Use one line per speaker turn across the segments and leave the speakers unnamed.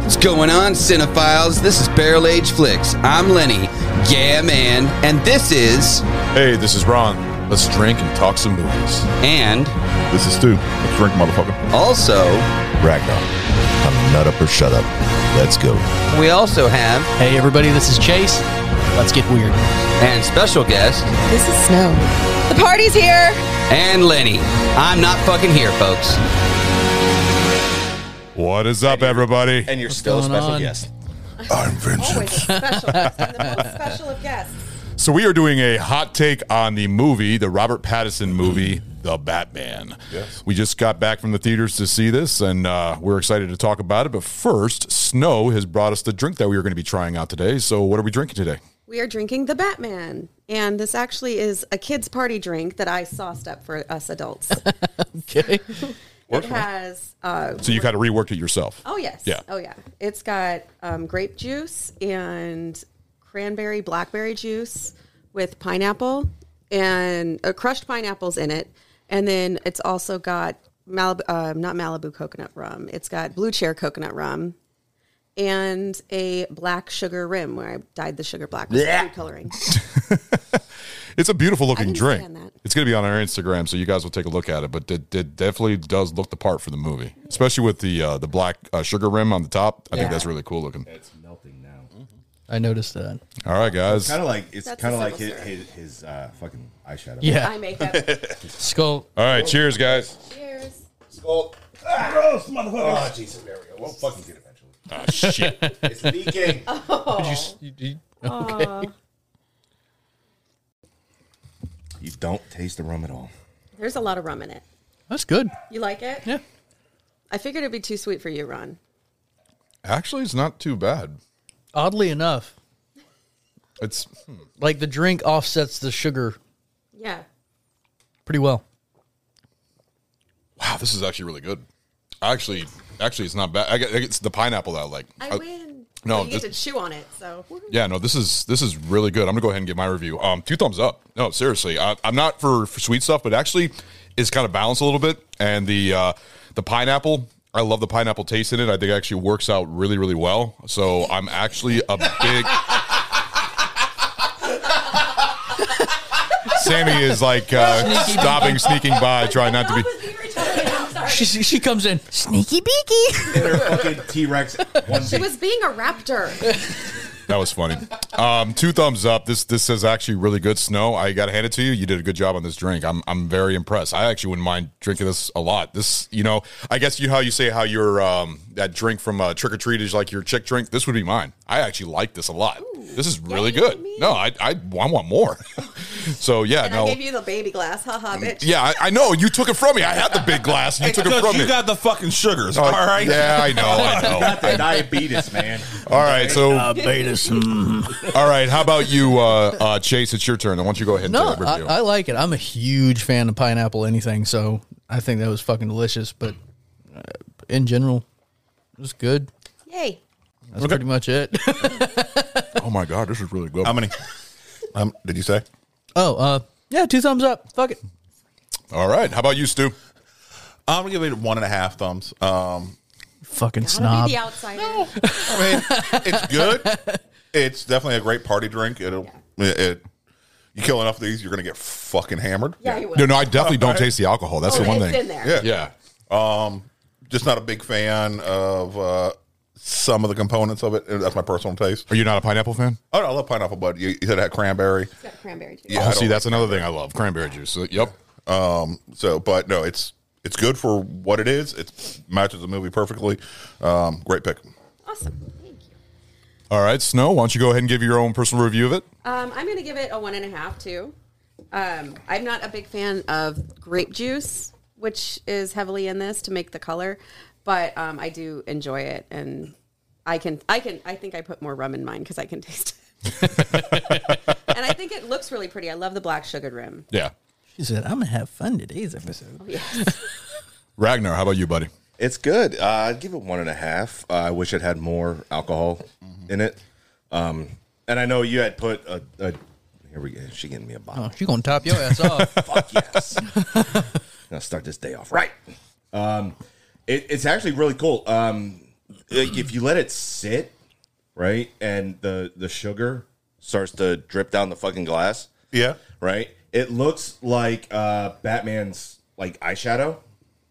What's going on, cinephiles? This is Barrel Age Flicks. I'm Lenny, yeah man, and this is
Hey, this is Ron. Let's drink and talk some movies.
and
This is Stu. Let's drink, motherfucker.
also
Ragnar. I'm nut up or shut up. Let's go.
we also have
Hey, everybody, this is Chase. Let's get weird.
and special guest
This is snow. The party's here.
and Lenny. I'm not fucking here, folks.
What is up, everybody?
And you're still a
going
special
on?
guest.
I'm vengeance.
Always a special. and the most special of guests.
So we are doing a hot take on the movie, the Robert Pattinson movie, The Batman.
Yes.
We just got back from the theaters to see this, and uh, we're excited to talk about it. But first, Snow has brought us the drink that we are going to be trying out today. So what are we drinking today?
We are drinking the Batman. And this actually is a kid's party drink that I sauced up for us adults.
Okay.
it has, uh,
So you kind of reworked it yourself.
oh, yes.
Yeah.
Oh, yeah. It's got um, grape juice and cranberry, blackberry juice with pineapple and uh, crushed pineapples in it. And then it's also got Malibu, um, not Malibu coconut rum. It's got blue chair coconut rum and a black sugar rim where I dyed the sugar black with food coloring.
It's a beautiful looking
didn't
drink.
stand that.
It's going to be on our Instagram, so you guys will take a look at it. But it, it definitely does look the part for the movie, especially with the uh, the black uh, sugar rim on the top. I think that's really cool looking.
I noticed that.
All right, guys.
Kind of like it's
That's
kind
a
of like his
civil
his, his uh, fucking eyeshadow.
I make up.
Skull.
All right, cheers, guys.
Cheers.
Skull. Ah, gross, motherfucker. Oh Jesus, there we go. We'll fucking get it eventually.
Ah, shit.
It's leaking.
Oh.
you don't taste the rum at all.
There's a lot of rum in it.
That's good.
You like it?
Yeah.
I figured it'd be too sweet for you, Ron.
Actually, it's not too bad.
Oddly enough,
It's hmm,
like the drink offsets the sugar
Yeah.
pretty well.
wow. This is actually really good. Actually, actually, it's not bad. I get, it's the pineapple that I like.
I
Uh,
win.
no,
But you get to
this-
chew on it. So
Yeah, no, this is this is really good. I'm gonna go ahead and give my review. Um, two thumbs up. No, seriously, I, I'm not for, for sweet stuff, but actually, it's kind of balanced a little bit. And the uh, the pineapple, I love the pineapple taste in it. I think it actually works out really, really well. So I'm actually a big. Sammy is like uh, stopping, sneaking by, trying not to be.
She, she comes in.
sneaky beaky.
They're fucking T Rex.
She was being a raptor.
That was funny. Um, two thumbs up. This this is actually really good. Snow, I got to hand it to you. You did a good job on this drink. I'm I'm very impressed. I actually wouldn't mind drinking this a lot. This, you know, I guess you how you say how your um, that drink from uh, Trick or Treat is like your chick drink. This would be mine. I actually like this a lot. this is really
yummy,
good.
yummy.
No, I, I I want more. so yeah,
And
no. Mm,
I gave you the baby glass. Ha ha, bitch.
yeah, I, I know you took it from me. I had the big glass. You took it from me.
the fucking sugars,
Uh, Yeah, I know. I know.
Got the diabetes, man.
All right, so
uh,
All right, how about you, uh, uh, Chase? It's your turn. I want you to go ahead and
No,
do the
I,
review.
I like it. I'm a huge fan of pineapple anything, so I think that was fucking delicious. But uh, in general, it was good.
Yay.
That's pretty much it.
oh my god, this is really good.
How many? Um, did you say?
oh, uh, yeah, two thumbs up. Fuck it.
All right, how about you, Stu?
I'm gonna give it one and a half thumbs. Um,
Fucking
I'll
snob.
be the outsider.
I mean, it's good. It's definitely a great party drink. It'll, it, it- you kill enough of these, you're gonna get fucking hammered.
Yeah, you will.
No, no, I definitely don't taste the alcohol. That's
Oh,
the one
it's
thing.
in there.
Yeah.
Yeah,
Um, Just not a big fan of uh, some of the components of it. That's my personal taste.
are you not a pineapple fan?
Oh, no, I love pineapple, but you, you said it had cranberry.
It's got cranberry juice.
Yeah. I
oh,
don't
see,
like
that's another thing I love: cranberry juice. So, yep.
Um, so, but no, it's it's good for what it is. It matches the movie perfectly. Um, great pick.
Awesome. Thank you.
All right, Snow, why don't you go ahead and give your own personal review of it?
Um, I'm going to give it a one and a half too. Um, I'm not a big fan of grape juice, which is heavily in this to make the color, but um, I do enjoy it, and I can, I can, I think I put more rum in mine because I can taste it, and I think it looks really pretty. I love the black sugar rim.
Yeah.
She said, I'm going to have fun today's episode.
Ragnar, how about you, buddy?
It's good. Uh, I'd give it one and a half. Uh, I wish it had more alcohol
Mm-hmm.
in it. Um, and I know you had put a, a here we go. She getting me a bottle.
Oh, she going to top your ass off.
Fuck yes. Gonna start this day off right. Um, it, it's actually really cool. Um, like, if you let it sit, right, and the the sugar starts to drip down the fucking glass,
Yeah.
right? It looks like uh, Batman's like eyeshadow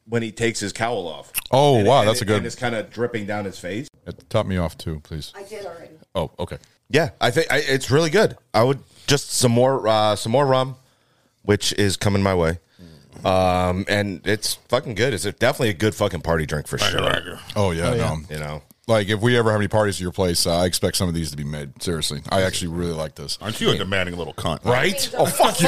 when he takes his cowl off.
Oh,
And-
wow,
and
that's a
it-
good-
And it's kind of dripping down his face.
Uh, Top me off too, please.
I did already.
Oh, okay.
Yeah, I think I, it's really good. I would just some more uh, some more rum, which is coming my way. Um, and it's fucking good. It's a, definitely a good fucking party drink for sure.
Oh yeah, no.
You know,
Like if we ever have any parties at your place, uh, I expect some of these to be made. Seriously, I actually really like this.
Aren't you a demanding little cunt?
right?
Oh fuck you!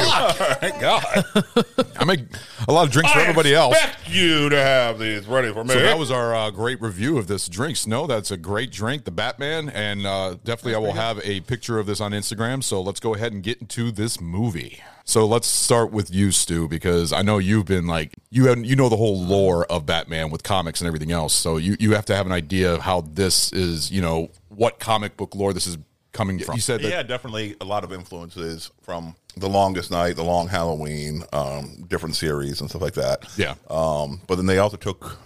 Thank God.
I make a lot of drinks for everybody else.
expect you to have these ready for me.
So that was our uh, great review of this drink. Snow, that's a great drink, the Batman, and uh, definitely I will have a picture of this on Instagram. So let's go ahead and get into this movie. So let's start with you, Stu, because I know you've been like you have, you know the whole lore of Batman with comics and everything else. So you you have to have an idea of how this is, you know, what comic book lore this is coming from. You said that
yeah, definitely a lot of influences from The Longest Night, The Long Halloween, um, different series and stuff like that.
Yeah.
Um, but then they also took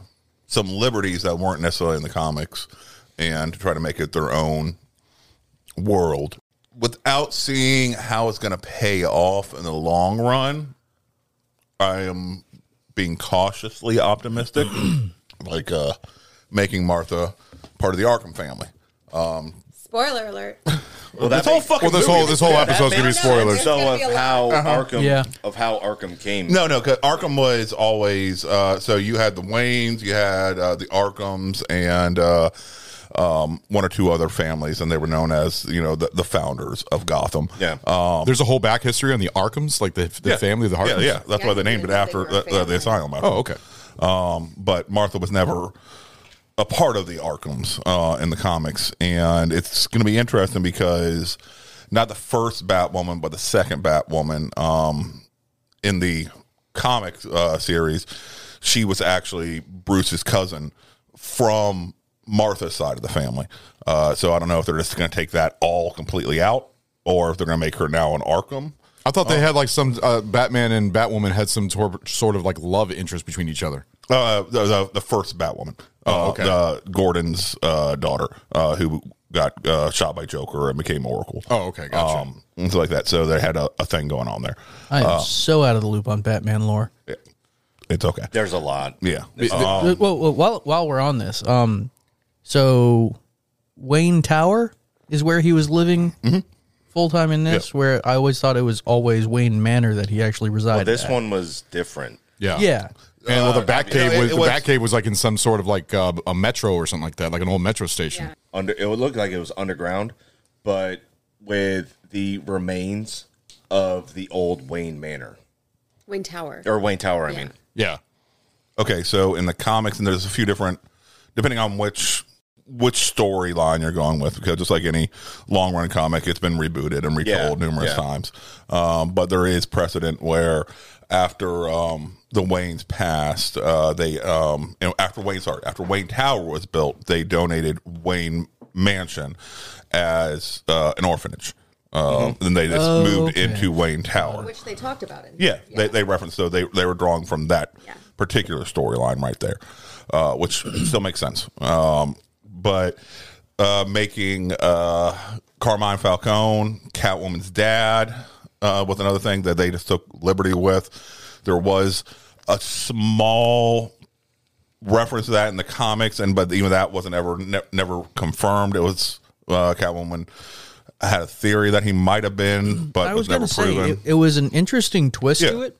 some liberties that weren't necessarily in the comics and to try to make it their own world without seeing how it's going to pay off in the long run. I am being cautiously optimistic, like uh, making Martha part of the Arkham family. Uh,
Spoiler alert.
Well,
This whole fucking
well this
movie
whole
is
this whole
bad.
episode's gonna be
Batman- No, no,
spoilers.
it's-
So
gonna
of
be a lot.
how Arkham,
Yeah.
of how Arkham came.
No, no, 'cause Arkham was always uh, so you had the Waynes, you had uh, the Arkhams, and uh, um, one or two other families, and they were known as you know the, the founders of Gotham.
Yeah.
There's a whole back history on the Arkham's, like the, the family of the
Um, yeah,
Arkham's.
yeah. That's
Yeah,
why
I
they named it
didn't know they
after
were a
the, the,
family.
the asylum. After.
Oh, okay.
Um, but Martha was never a part of the Arkhams uh, in the comics, and it's going to be interesting because not the first Batwoman, but the second Batwoman um, in the comic uh, series, she was actually Bruce's cousin from Martha's side of the family. Uh, so I don't know if they're just going to take that all completely out, or if they're going to make her now an Arkham.
I thought
Um,
they had like some uh, Batman and Batwoman had some tor- sort of like love interest between each other.
Uh, the, the, the first Batwoman.
Oh,
Uh,
okay.
the- Gordon's uh, daughter, uh, who got uh, shot by Joker and became Oracle.
Oh, okay, gotcha.
Um, and so like that. So they had a, a thing going on there.
I am
Oh.
so out of the loop on Batman lore.
It's okay.
There's a lot.
Yeah.
Oh.
Uh, well, well, while while we're on this, um, so Wayne Tower is where he was living
Mm-hmm.
full time in this. Where I always thought it was always Wayne Manor that he actually resided.
Well, this
at.
one was different.
yeah,
yeah,
And well, the Batcave was
it- Uh, it
the
was-
Batcave was like in some sort of like uh, a metro or something like that, like an old metro station.
Under it would look like it was underground, but with the remains of the old Wayne Manor
Wayne Tower.
Er,
or Wayne Tower. I mean,
Yeah,
Okay, so in the comics, and there's a few different, depending on which which storyline you're going with, because just like any long run comic, it's been rebooted and retold
Yeah,
numerous
yeah.
times. Um, but there is precedent where after um, the Waynes passed, uh, they um, you know, after Wayne sorry after Wayne Tower was built, they donated Wayne Mansion as uh, an orphanage. Um,
Mm-hmm.
Then they just moved
Okay.
into Wayne Tower.
Which they talked about it.
Yeah, They, they referenced so they they were drawing from that
Yeah.
particular storyline right there, uh, which still makes sense. Um, but uh, making uh, Carmine Falcone, Catwoman's dad, uh, was another thing that they just took liberty with. There was a small reference to that in the comics, and but even that wasn't ever ne- never confirmed. It was uh, Catwoman had a theory that he might have been, but
I was
was, never
gonna say
proven.
it, it was an interesting twist
Yeah.
to it,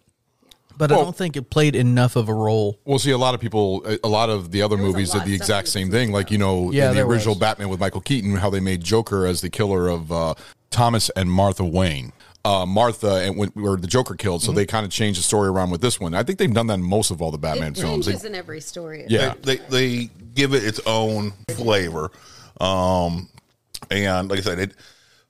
but I don't think it played enough of a role.
Well, see, a lot of people, a- a lot of the other
was a
movies
lot
did the
of stuff
exact
we
same
didn't
thing. Like you know,
Yeah,
in the
there
original
was.
Batman with Michael Keaton, how they made Joker as the killer of uh, Thomas and Martha Wayne. Uh, Martha and when where the Joker killed,
Mm-hmm.
so they kind of changed the story around with this one. I think they've done that in most of all the Batman films. They-
changes in every story.
yeah,
they, they they give it its own flavor. Um, and like I said, it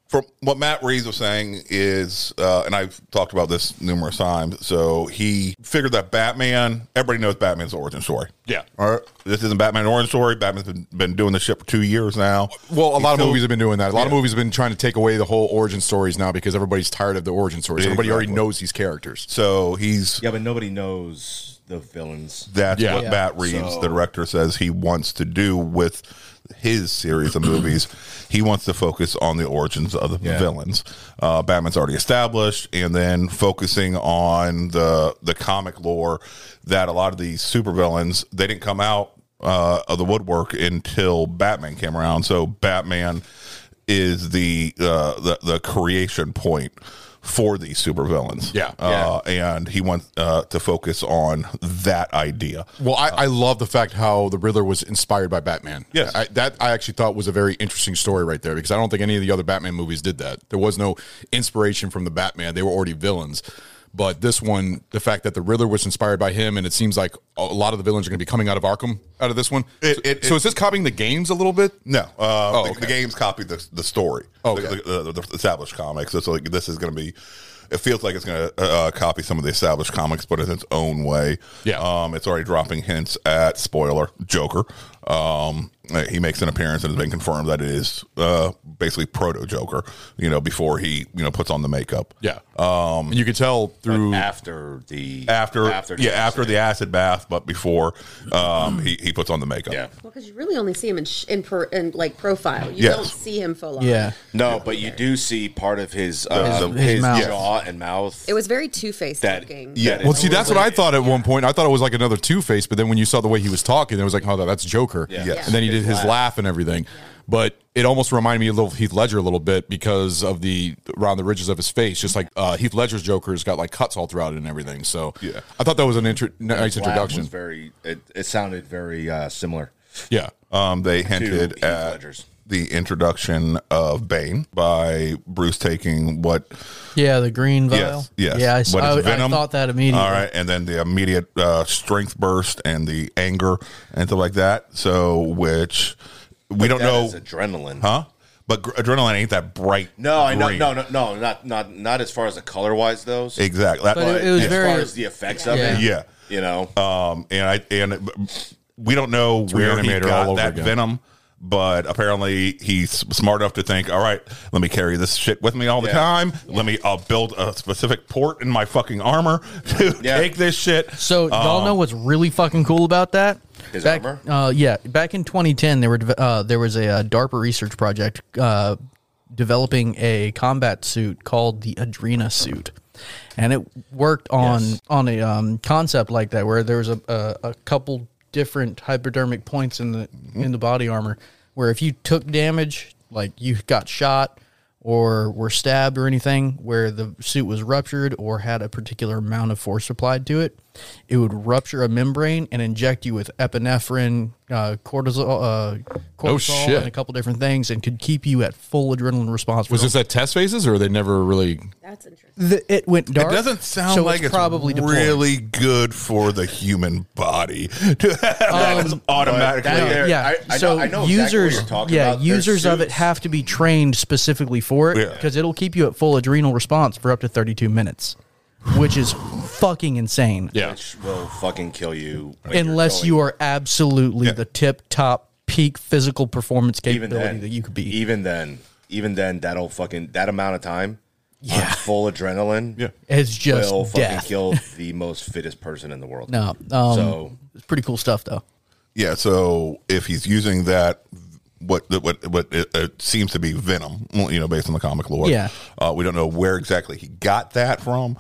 from what Matt Reeves was saying is, uh, and I've talked about this numerous times. So he figured that Batman, everybody knows Batman's origin story.
Yeah.
all right. This isn't Batman origin story. Batman's been, been doing this shit for two years now.
Well, a lot of
still-
movies have been doing that. A lot of
Yeah.
movies have been trying to take away the whole origin stories now because everybody's tired of the origin stories. Everybody already
Exactly.
knows these characters.
So he's
Yeah, but nobody knows the villains.
that's
Yeah.
what
Yeah.
Matt Reeves,
So-
the director, says he wants to do with his series of movies. He wants to focus on the origins of the villains. Uh, Batman's already established, and then focusing on the the comic lore that a lot of these supervillains they didn't come out uh, of the woodwork until Batman came around. So Batman is the uh, the the creation point for these supervillains.
Yeah.
Uh, and he wants uh, to focus on that idea.
Well, I, I love the fact how the Riddler was inspired by Batman.
Yes.
I, that I actually thought was a very interesting story right there because I don't think any of the other Batman movies did that. There was no inspiration from the Batman; they were already villains. But this one, the fact that the Riddler was inspired by him, and it seems like a lot of the villains are going to be coming out of Arkham out of this one.
It-
so,
it-
so
it-
is this copying the games a little bit?
No, uh, the,
Oh, okay.
the games copied the, the story,
Okay.
the, the, the, the established comics. So, it's like this is going to be, it feels like it's going to uh, copy some of the established comics, but in its own way.
Yeah.
um, it's already dropping hints at spoiler Joker. Um, uh, he makes an appearance and has been confirmed that it is uh, basically proto Joker. You know, before he you know puts on the makeup.
Yeah. Um, you could tell through
After the
After, yeah, after
the.
the acid bath, but before um, he, he puts on the makeup.
Yeah.
Well, because you really only see him in sh- in, per- in like profile. You
Yes.
don't see him full on.
Yeah.
No, but you do see part of his uh,
His-
his,
his mouth.
jaw and mouth.
It was very two faced
that.
looking.
yeah.
Well, see, that's what I thought at one point. I thought it was like another Two Face, but then when you saw the way he was talking, it was like, oh, that- that's Joker.
Yeah. Yes.
And then he did his
His
laugh,
laugh.
and everything. But it almost reminded me a little of Heath Ledger a little bit because of the around the ridges of his face, just like uh, Heath Ledger's Joker's got like cuts all throughout it and everything. So
Yeah.
I thought that was an intro- nice
Laugh
introduction.
was very. It, it sounded very uh, similar.
yeah. Uh-huh.
Um, they hinted
Heath
at
Ledger's.
the introduction of Bane by Bruce taking what?
Yeah, the green vial.
Yes, yes.
Yeah, I,
What is
I- I thought that immediately.
All right, and then the immediate uh, strength burst and the anger and stuff like that. So, which we don't
That
know,
is adrenaline.
huh? But gr- adrenaline ain't that bright.
No, I know.
green.
No, no, no, not not not as far as the color wise though. so-
exactly. That,
But it- it was
as
very-
far as the effects of
Yeah.
it.
yeah.
You know,
Um, and I and it- we don't know where he
Reanimator all
got
over
that
again.
venom, but apparently he's smart enough to think, all right, let me carry this shit with me all the
Yeah.
time. Let me, I'll build a specific port in my fucking armor to
Yeah.
take this shit.
So y'all
Um,
know what's really fucking cool about that?
His
back,
armor?
Uh, yeah, back in 2010, there were deve- uh, there was a uh, DARPA research project uh, developing a combat suit called the Adrena suit, and it worked on on a um, concept like that where there was a, a, a couple different hypodermic points in the in the body armor where if you took damage, like you got shot or were stabbed or anything where the suit was ruptured or had a particular amount of force applied to it, it would rupture a membrane and inject you with epinephrine, uh, cortisol, uh, cortisol
shit.
and a couple different things and could keep you at full adrenaline response.
Was this at test phases or they never really?
That's interesting.
The- it went
It
dark.
doesn't sound
so
like it's, probably
deployed.
really good for the human body to have that just automatically.
that-
Yeah,
there.
yeah.
I- I
so
know- I know exactly what
users,
you're talking
yeah,
about. Their
users of it
suits-
have to be trained specifically for it
Yeah.
because it'll keep you at full adrenal response for up to 32 minutes, which is fucking insane.
Yeah.
which will fucking kill you when you're
unless
going-
you are absolutely the tip top peak physical performance
even
capability
then
that you could be.
Even then, even then, that'll fucking that amount of time. on
Yeah.
full adrenaline. Yeah,
It's just
will
death.
fucking kill the most fittest person in the world.
no, um,
So-
it's pretty cool stuff though.
Yeah, so if he's using that, what what what it, it seems to be venom, well, you know, based on the comic lore.
Yeah.
uh, we don't know where exactly he got that from,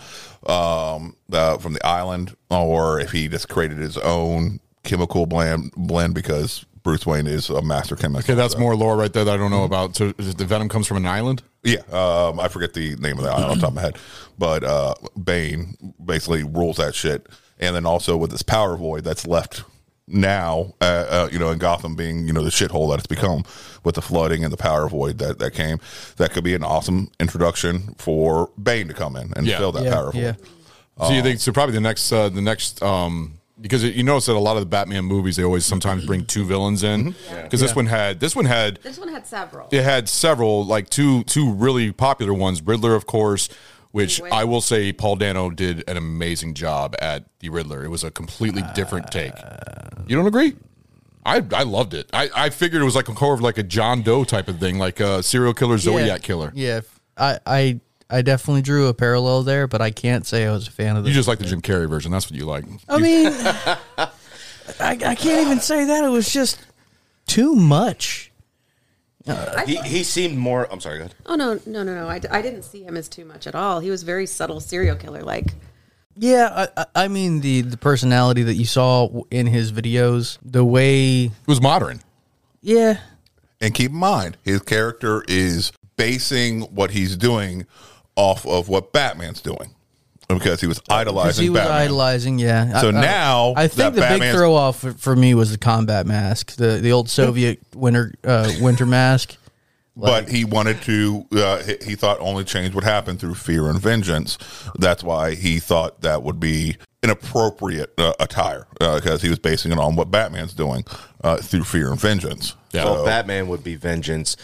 um, uh, from the island, or if he just created his own chemical blend blend because Bruce Wayne is a master chemist.
Uh, Okay, that's more lore right there that I don't know about. So is it the venom comes from an island.
Yeah, um, I forget the name of that off the top of my head, but uh, Bane basically rules that shit, and then also with this power void that's left now, uh, uh, you know, in Gotham being you know the shithole that it's become with the flooding and the power void that that came, that could be an awesome introduction for Bane to come in and
Yeah.
fill that
Yeah,
power void.
yeah.
So you think so? Probably the next, uh, the next, um, because you notice that a lot of the Batman movies they always sometimes bring two villains in.
Mm-hmm.
Because this one had this one had
This one had several.
it had several like two two really popular ones. Riddler, of course, which I will say Paul Dano did an amazing job at the Riddler. It was a completely
Uh,
different take. You don't agree? I, I loved it. I, I figured it was like a core of like a John Doe type of thing, like a serial killer, Zodiac
Yeah.
killer.
Yeah, I, I, I definitely drew a parallel there, but I can't say I was a fan of
You
this.
just like the Jim Carrey version. That's what you like.
I mean, I, I can't even say that. It was just too much. um,
He, he seemed more. I'm sorry, go ahead.
Oh no, no, no, no! I, d- I didn't see him as too much at all. He was very subtle serial killer like.
Yeah, I, I- I mean the the personality that you saw w- in his videos, the way.
It was modern.
Yeah,
And keep in mind, his character is basing what he's doing off of what Batman's doing because he was idolizing
he was
Batman.
idolizing. Yeah.
So now
I think
that
the big
Batman's-
throw off for, for me was the combat mask, the the old Soviet winter uh, winter mask.
but he wanted to. Uh, he- he thought only change would happen through fear and vengeance. That's why he thought that would be an appropriate uh, attire because he was basing it on what Batman's doing uh, through fear and vengeance.
Yeah.
So,
Oh.
Well, Batman would be vengeance.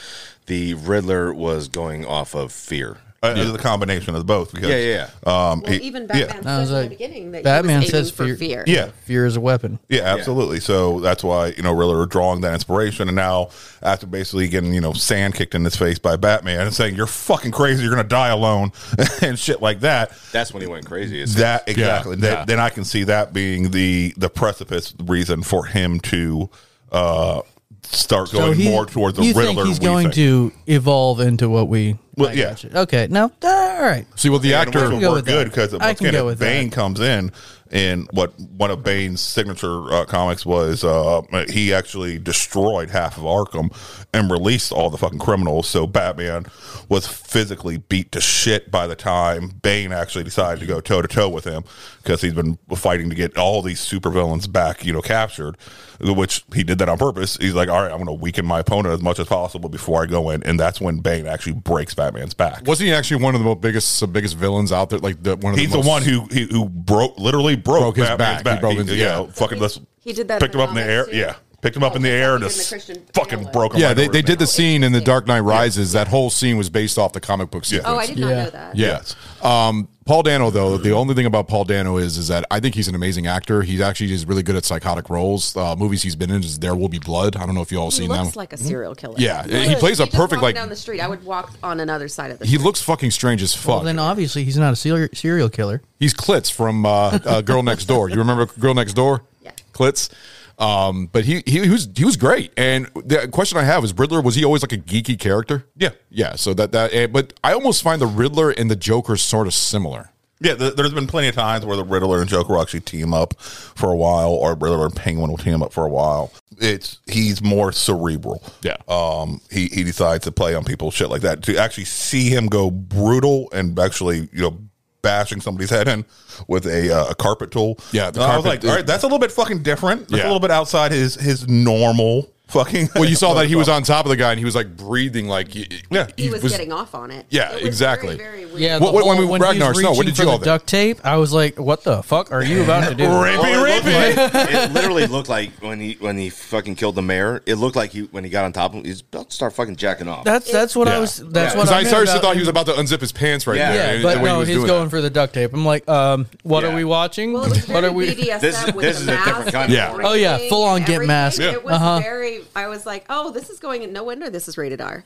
The Riddler was going off of fear.
uh, it was the combination of both. Because,
Yeah, yeah,
Um,
Well,
he-
even
yeah.
Batman
I was
says in
like,
the beginning that
Batman
he was aiming
says
for
fear-
fear.
Yeah.
Fear is a weapon.
Yeah, absolutely. So that's why you know really are drawing that inspiration, and now after basically getting you know sand kicked in his face by Batman and saying you're fucking crazy, you're gonna die alone and shit like that.
That's when he went crazy. It's-
That exactly. That-
yeah.
Then I can see that being the the precipice reason for him to uh start going
he-
more towards the
you
Riddler.
Think he's
we
going
think.
to evolve into what we.
Well,
I
yeah.
gotcha. Okay. No. uh, all right.
See, well, the
And
actor.
which would
go
work
with
good
that.
because
I
once
can
again,
go
if
with that.
Bane comes in, and what one of Bane's signature uh, comics was, uh, he actually destroyed half of Arkham and released all the fucking criminals. So Batman was physically beat to shit by the time Bane actually decided to go toe to toe with him because he's been fighting to get all these supervillains back, you know, captured, which he did that on purpose. He's like, all right, I'm going to weaken my opponent as much as possible before I go in, and that's when Bane actually breaks Batman's back.
Wasn't he actually one of the most biggest the biggest villains out there? Like the one of
He's
the,
the
most,
one who he, who broke literally broke,
Broke his
Batman's
back. He broke his-
He, yeah,
yeah.
fucking let's
He did that
Picked
in
him up in the air.
Alex, too.
Yeah, picked him up in the
Oh,
air
like he
and
did in
just
the Christian
fucking
Bale one.
broke him.
Yeah,
right
they,
over
they
the
did the
nail.
scene in the Dark Knight Rises. That whole scene was based off the comic book sequence.
Oh, I did not
Yeah.
know that.
Yeah. Um, Paul Dano, though, the only thing about Paul Dano is is that I think he's an amazing actor. He's actually is really good at psychotic roles. Uh, movies he's been in is There Will Be Blood. I don't know if you all
He
seen that.
looks
one.
like a serial killer.
Yeah, he plays a
just
perfect,
walked
like-
down the street. I would walk on another side of the.
he looks fucking strange as
Well,
fuck.
then obviously he's not a serial serial killer.
He's Klitz from uh, uh, Girl Next Door. You remember Girl Next Door?
Yeah.
Klitz. Um, but he, he he was he was great. And the question I have is Riddler was he always like a geeky character?
Yeah.
yeah. So that that eh, but I almost find the Riddler and the Joker sort of similar.
Yeah, th- there's been plenty of times where the Riddler and Joker will actually team up for a while, or Riddler and Penguin will team up for a while. It's he's more cerebral.
Yeah.
um, he he decides to play on people, shit like that. To actually see him go brutal and actually, you know. Bashing somebody's head in with a, uh, a carpet tool.
Yeah, the
I was
carpet-
like, all right, that's a little bit fucking different. That's
Yeah.
a little bit outside his his normal fucking.
Well, you saw that he was on top of the guy and he was like breathing like he,
Yeah.
he, was, getting off on it.
Yeah,
It was
exactly.
Very, very weird.
Yeah.
What- what- when we-
he was
Ragnar's, no, what
reaching
did
for
you
the
all think?
duct tape? I was like, what the fuck are you about to do?
Well,
rapey,
it, looked
rapey.
like, it literally looked like when he when he fucking killed the mayor. It looked like he when he got on top of him, he's about to start fucking jacking off.
That's that's what I was. That's what
Because
I,
I
meant
seriously
about-
thought he was about to unzip his pants right
Yeah.
there.
Yeah,
and-
Yeah,
and
but
the way
no,
was
he's
doing
going
that.
for the duct tape. I'm like, um, what
Yeah.
are we watching?
Well, it was
what
very
are we?
BDSM
This-
with
this
the
is a different
mask
kind of
and
porn.
the
Oh, yeah,
ring
full-on
and
get masked.
everything.
Yeah.
It was
Uh-huh.
very. I was like, oh, this is going. No wonder this is rated R.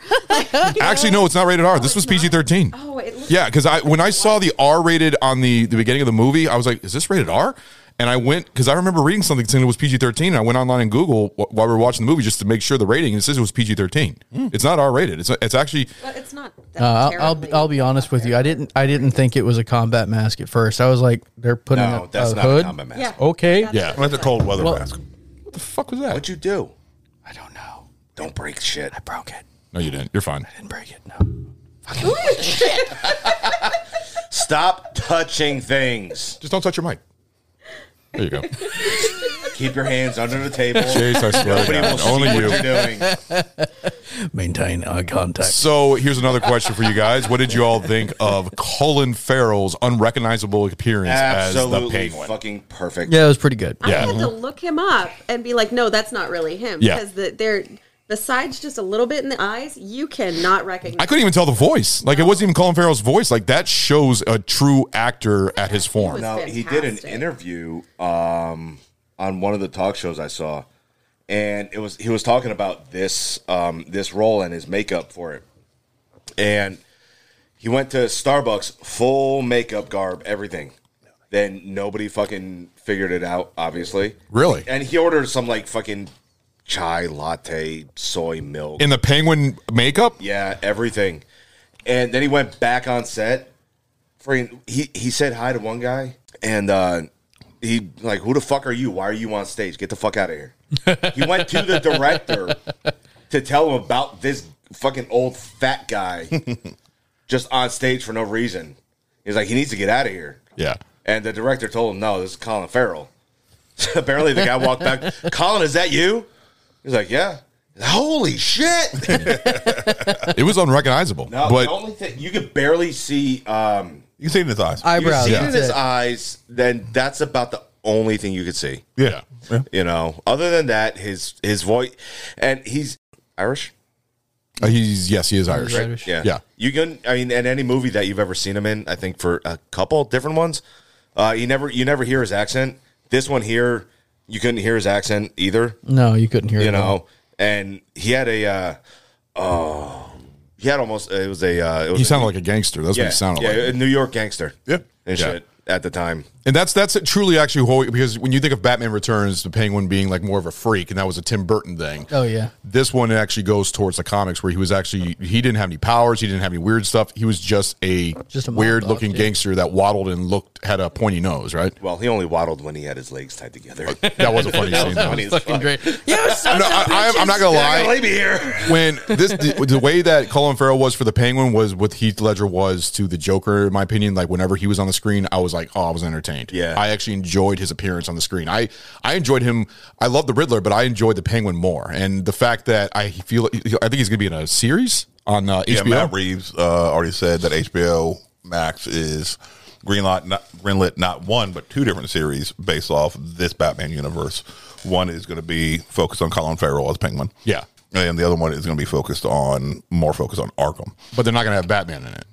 Actually, no, it's not rated R. This was PG thirteen.
Oh, it looks
Yeah, because I when I saw the R rated on the the beginning of the movie, I was like, "Is this rated R?" And I went because I remember reading something saying it was PG thirteen. I went online and Google wh- while we were watching the movie just to make sure the rating. And it says it was PG thirteen. It's not R rated. It's it's actually
But it's not. That
Uh, I'll, I'll be- I'll be honest with you. I didn't I didn't think it was a combat mask at first. I was like, they're putting
no,
a,
that's
a
not
hood.
a combat mask.
Yeah.
Okay.
yeah.
That's a cold weather
Well-
mask.
What the fuck was that?
What'd you do? I don't know. Don't break shit. I broke it.
No, you didn't. You're fine.
Didn't break it. No.
Stop touching things.
Just don't touch your mic. There you go.
Keep your hands under the table.
Jeez, I swear to
Nobody will
God.
see
Only
what
you.
you're doing.
Maintain eye contact.
So here's another question for you guys. What did you all think of Colin Farrell's unrecognizable appearance as the
Absolutely
penguin?
fucking perfect.
Yeah, it was pretty good.
Yeah. Mm-hmm.
I had to look him up and be like, no, that's not really him.
Yeah.
Because the, they're, besides just a little bit in the eyes, you cannot recognize.
I couldn't even tell the voice. Like it wasn't even Colin Farrell's voice. Like that shows a true actor at his form.
No, he did an
fantastic.
interview um, on one of the talk shows I saw, and it was he was talking about this um, this role and his makeup for it, and he went to Starbucks full makeup garb, everything. Then nobody fucking figured it out, obviously.
Really?
And he ordered some like fucking chai latte, soy milk,
In the penguin makeup?
yeah, everything. And then he went back on set. Freaking, he he said hi to one guy, and uh, he like, "Who the fuck are you? Why are you on stage? Get the fuck out of here!" he went to the director to tell him about this fucking old fat guy just on stage for no reason. He's like, "He needs to get out of here."
Yeah.
And the director told him, "No, this is Colin Farrell." Apparently, the guy walked back. Colin, is that you? He's like, "Yeah." Holy shit!
It was unrecognizable.
No,
but
the only thing you could barely see um
You can see it in his eyes.
you
Eyebrows.
see
that's
it in his
it.
eyes, then that's about the only thing you could see.
yeah. Yeah.
You know. Other than that, his his voice and he's Irish.
Uh, he's yes, he is Irish.
Irish.
Yeah.
Yeah.
You can I mean in any movie that you've ever seen him in, I think for a couple different ones, uh you never you never hear his accent. This one here, you couldn't hear his accent either.
No, you couldn't hear it.
you
at all.
know, and he had a uh oh he had almost it was a uh it was
He
a-
sounded like a gangster. That's what he sounded
yeah,
like.
a New York gangster.
Yeah.
and
Yeah.
shit at the time.
And that's that's it truly actually whole because when you think of Batman Returns, the Penguin being like more of a freak, and that was a Tim Burton thing.
Oh, yeah.
This one actually goes towards the comics where he was actually he didn't have any powers, he didn't have any weird stuff. He was just a
Just a mob
weird looking
boss, yeah.
gangster that waddled and looked had a pointy nose. Right?
Well, he only waddled when he had his legs tied together.
That was a funny
That
scene.
was
though.
funny as
Fucking
fuck.
great. You sons
No,
of
I, I'm, I'm not gonna
bitches!
You're not gonna
lie.
leave me here.
when this the, the way that Colin Farrell was for the Penguin was what Heath Ledger was to the Joker, in my opinion. Like whenever he was on the screen, I was like, oh, I was entertained.
Yeah.
I actually enjoyed his appearance on the screen. I I enjoyed him. I love the Riddler, but I enjoyed the Penguin more. And the fact that I feel, I think he's gonna be in a series on uh,
Yeah,
HBO.
Matt Reeves uh, already said that HBO Max is greenlit not, greenlit not one but two different series based off this Batman universe. One is going to be focused on Colin Farrell as Penguin.
Yeah.
and the other one is going to be focused on more focused on Arkham.
but they're not gonna have Batman in it.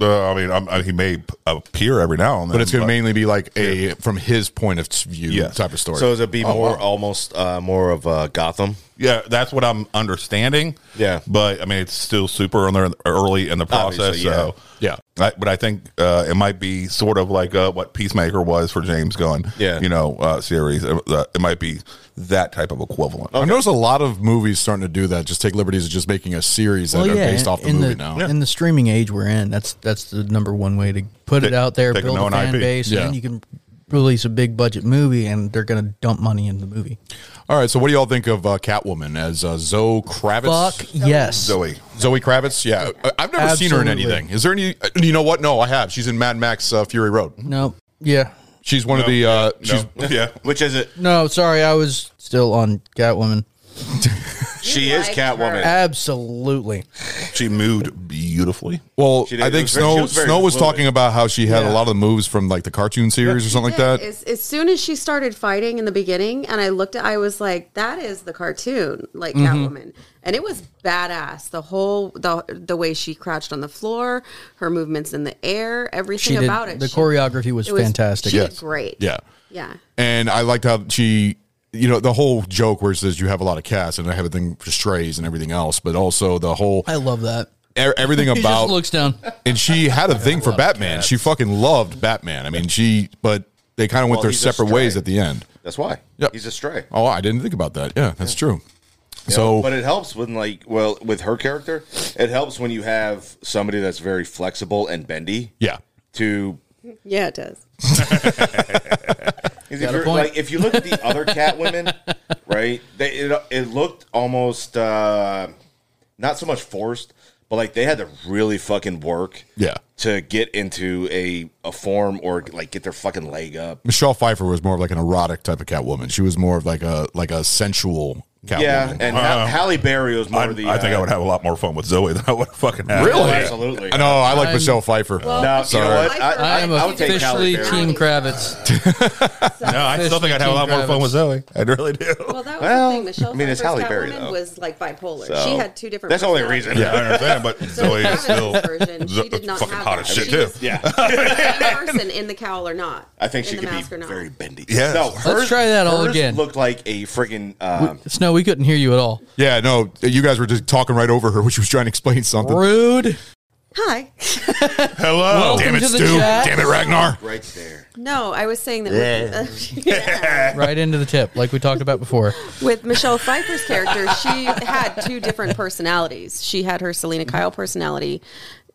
Uh, I mean, I'm, I, he may p- appear every now and then,
But it's gonna mainly be like a from his point of view
Yes.
type of story.
So it'd
Oh,
be more almost uh, more of uh, Gotham.
yeah, that's what I'm understanding.
Yeah.
but I mean, it's still super in there early in the process.
Obviously, yeah.
So
yeah.
I, but I think uh, it might be sort of like uh, what Peacemaker was for James Gunn,
Yeah.
you know, uh, series. Uh, it might be that type of equivalent.
I noticed a lot of movies starting to do that. Just take liberties of just making a series that are based off the
Oh, in
movie
the,
now.
In the streaming age we're in, that's that's the number one way to put it
Take-
out there,
take a
build a
known
fan
IP.
base,
Yeah.
and then you can release a big budget movie, and they're going to dump money into the movie.
All right, so what do y'all think of uh, Catwoman as uh, Zoe Kravitz?
Fuck yes,
Zoe,
Zoe Kravitz, yeah. I- I've never seen her in
Absolutely.
anything. Is there any? uh, You know what? No, I have. She's in Mad Max uh, Fury Road.
no, yeah,
She's one of the. Uh, she's
no, yeah,
Which is it?
no. Sorry, I was still on Catwoman.
She
You
is
like
Catwoman.
Absolutely,
she moved beautifully.
well.
She did-
I
it
think
was very- she
Snow
was very
Snow was
fluid.
talking about how she had a
Yeah.
lot of the moves from like the cartoon series or something like that.
As, as soon as she started fighting in the beginning, and I looked at, I was like, "That is the cartoon, like
Mm-hmm.
Catwoman," and it was badass. The whole the the way she crouched on the floor, her movements in the air, everything
she did.
about it.
the
she-
choreography was,
it was-
fantastic.
She
Yes.
did great.
Yeah,
yeah.
and I liked how she. You know the whole joke where it says you have a lot of cats and I have a thing for strays and everything else, but also the whole
I love that.
er- everything
He
about
just looks down.
and she had a thing for Batman. She fucking loved Batman. I mean, she, but they kind of went
Well,
their
he's a
separate
stray.
ways at the end.
That's why.
Yep.
He's a stray.
Oh, I didn't think about that. Yeah, that's true. So,
But it helps when like well with her character, it helps when you have somebody that's very flexible and bendy
yeah,
to
Yeah, it does.
If
a
you're,
point.
like if you look at the other cat women, right? They it, it looked almost uh, not so much forced,
But like they had to really fucking work
Yeah.
to get into a a form or like get their fucking leg up.
Michelle Pfeiffer was more of like an erotic type of Catwoman. She was more of like a like a sensual Catwoman.
yeah, and
Uh,
Ha- Halle Berry was more
I,
the.
I think
uh,
I would have Oh, a lot more fun with Zoe than I would fucking have.
Really? Absolutely.
I know. I like Michelle Pfeiffer.
Now, you
Sorry.
know what? I,
I
I,
am
I, would take Halle
officially
Berry.
Team Kravitz.
No, I still think I'd have a lot more fun with Zoe. I really do.
Well, that was
Well,
the thing. Michelle
I mean, it's
Pfeiffer's
Halle Berry,
Catwoman
though.
was like bipolar.
So,
she had two different.
That's the only
personalities.
reason.
Yeah, I understand, but Zoe is
Kravitz's
still
version, she
Zo-
did not
fucking
have
hot
that.
as shit
She
too.
was-
Yeah,
Same person in the cowl or not.
I think
in
she
the
could be
mask or not.
very bendy.
Yes.
no,
Let's
hers-
try that all
hers
again.
Looked like a freaking. Um,
Snow, we couldn't hear you at all.
Yeah, no, you guys were just talking right over her when she was trying to explain something.
Rude.
Hi.
Hello,
Oh,
Welcome
damn it,
to the
Stu.
chat.
Damn it, Ragnar.
right there.
No, I was saying that uh, with, Yeah.
Right into the tip, like we talked about before.
with Michelle Pfeiffer's character, she had two different personalities. She had her Selena Kyle personality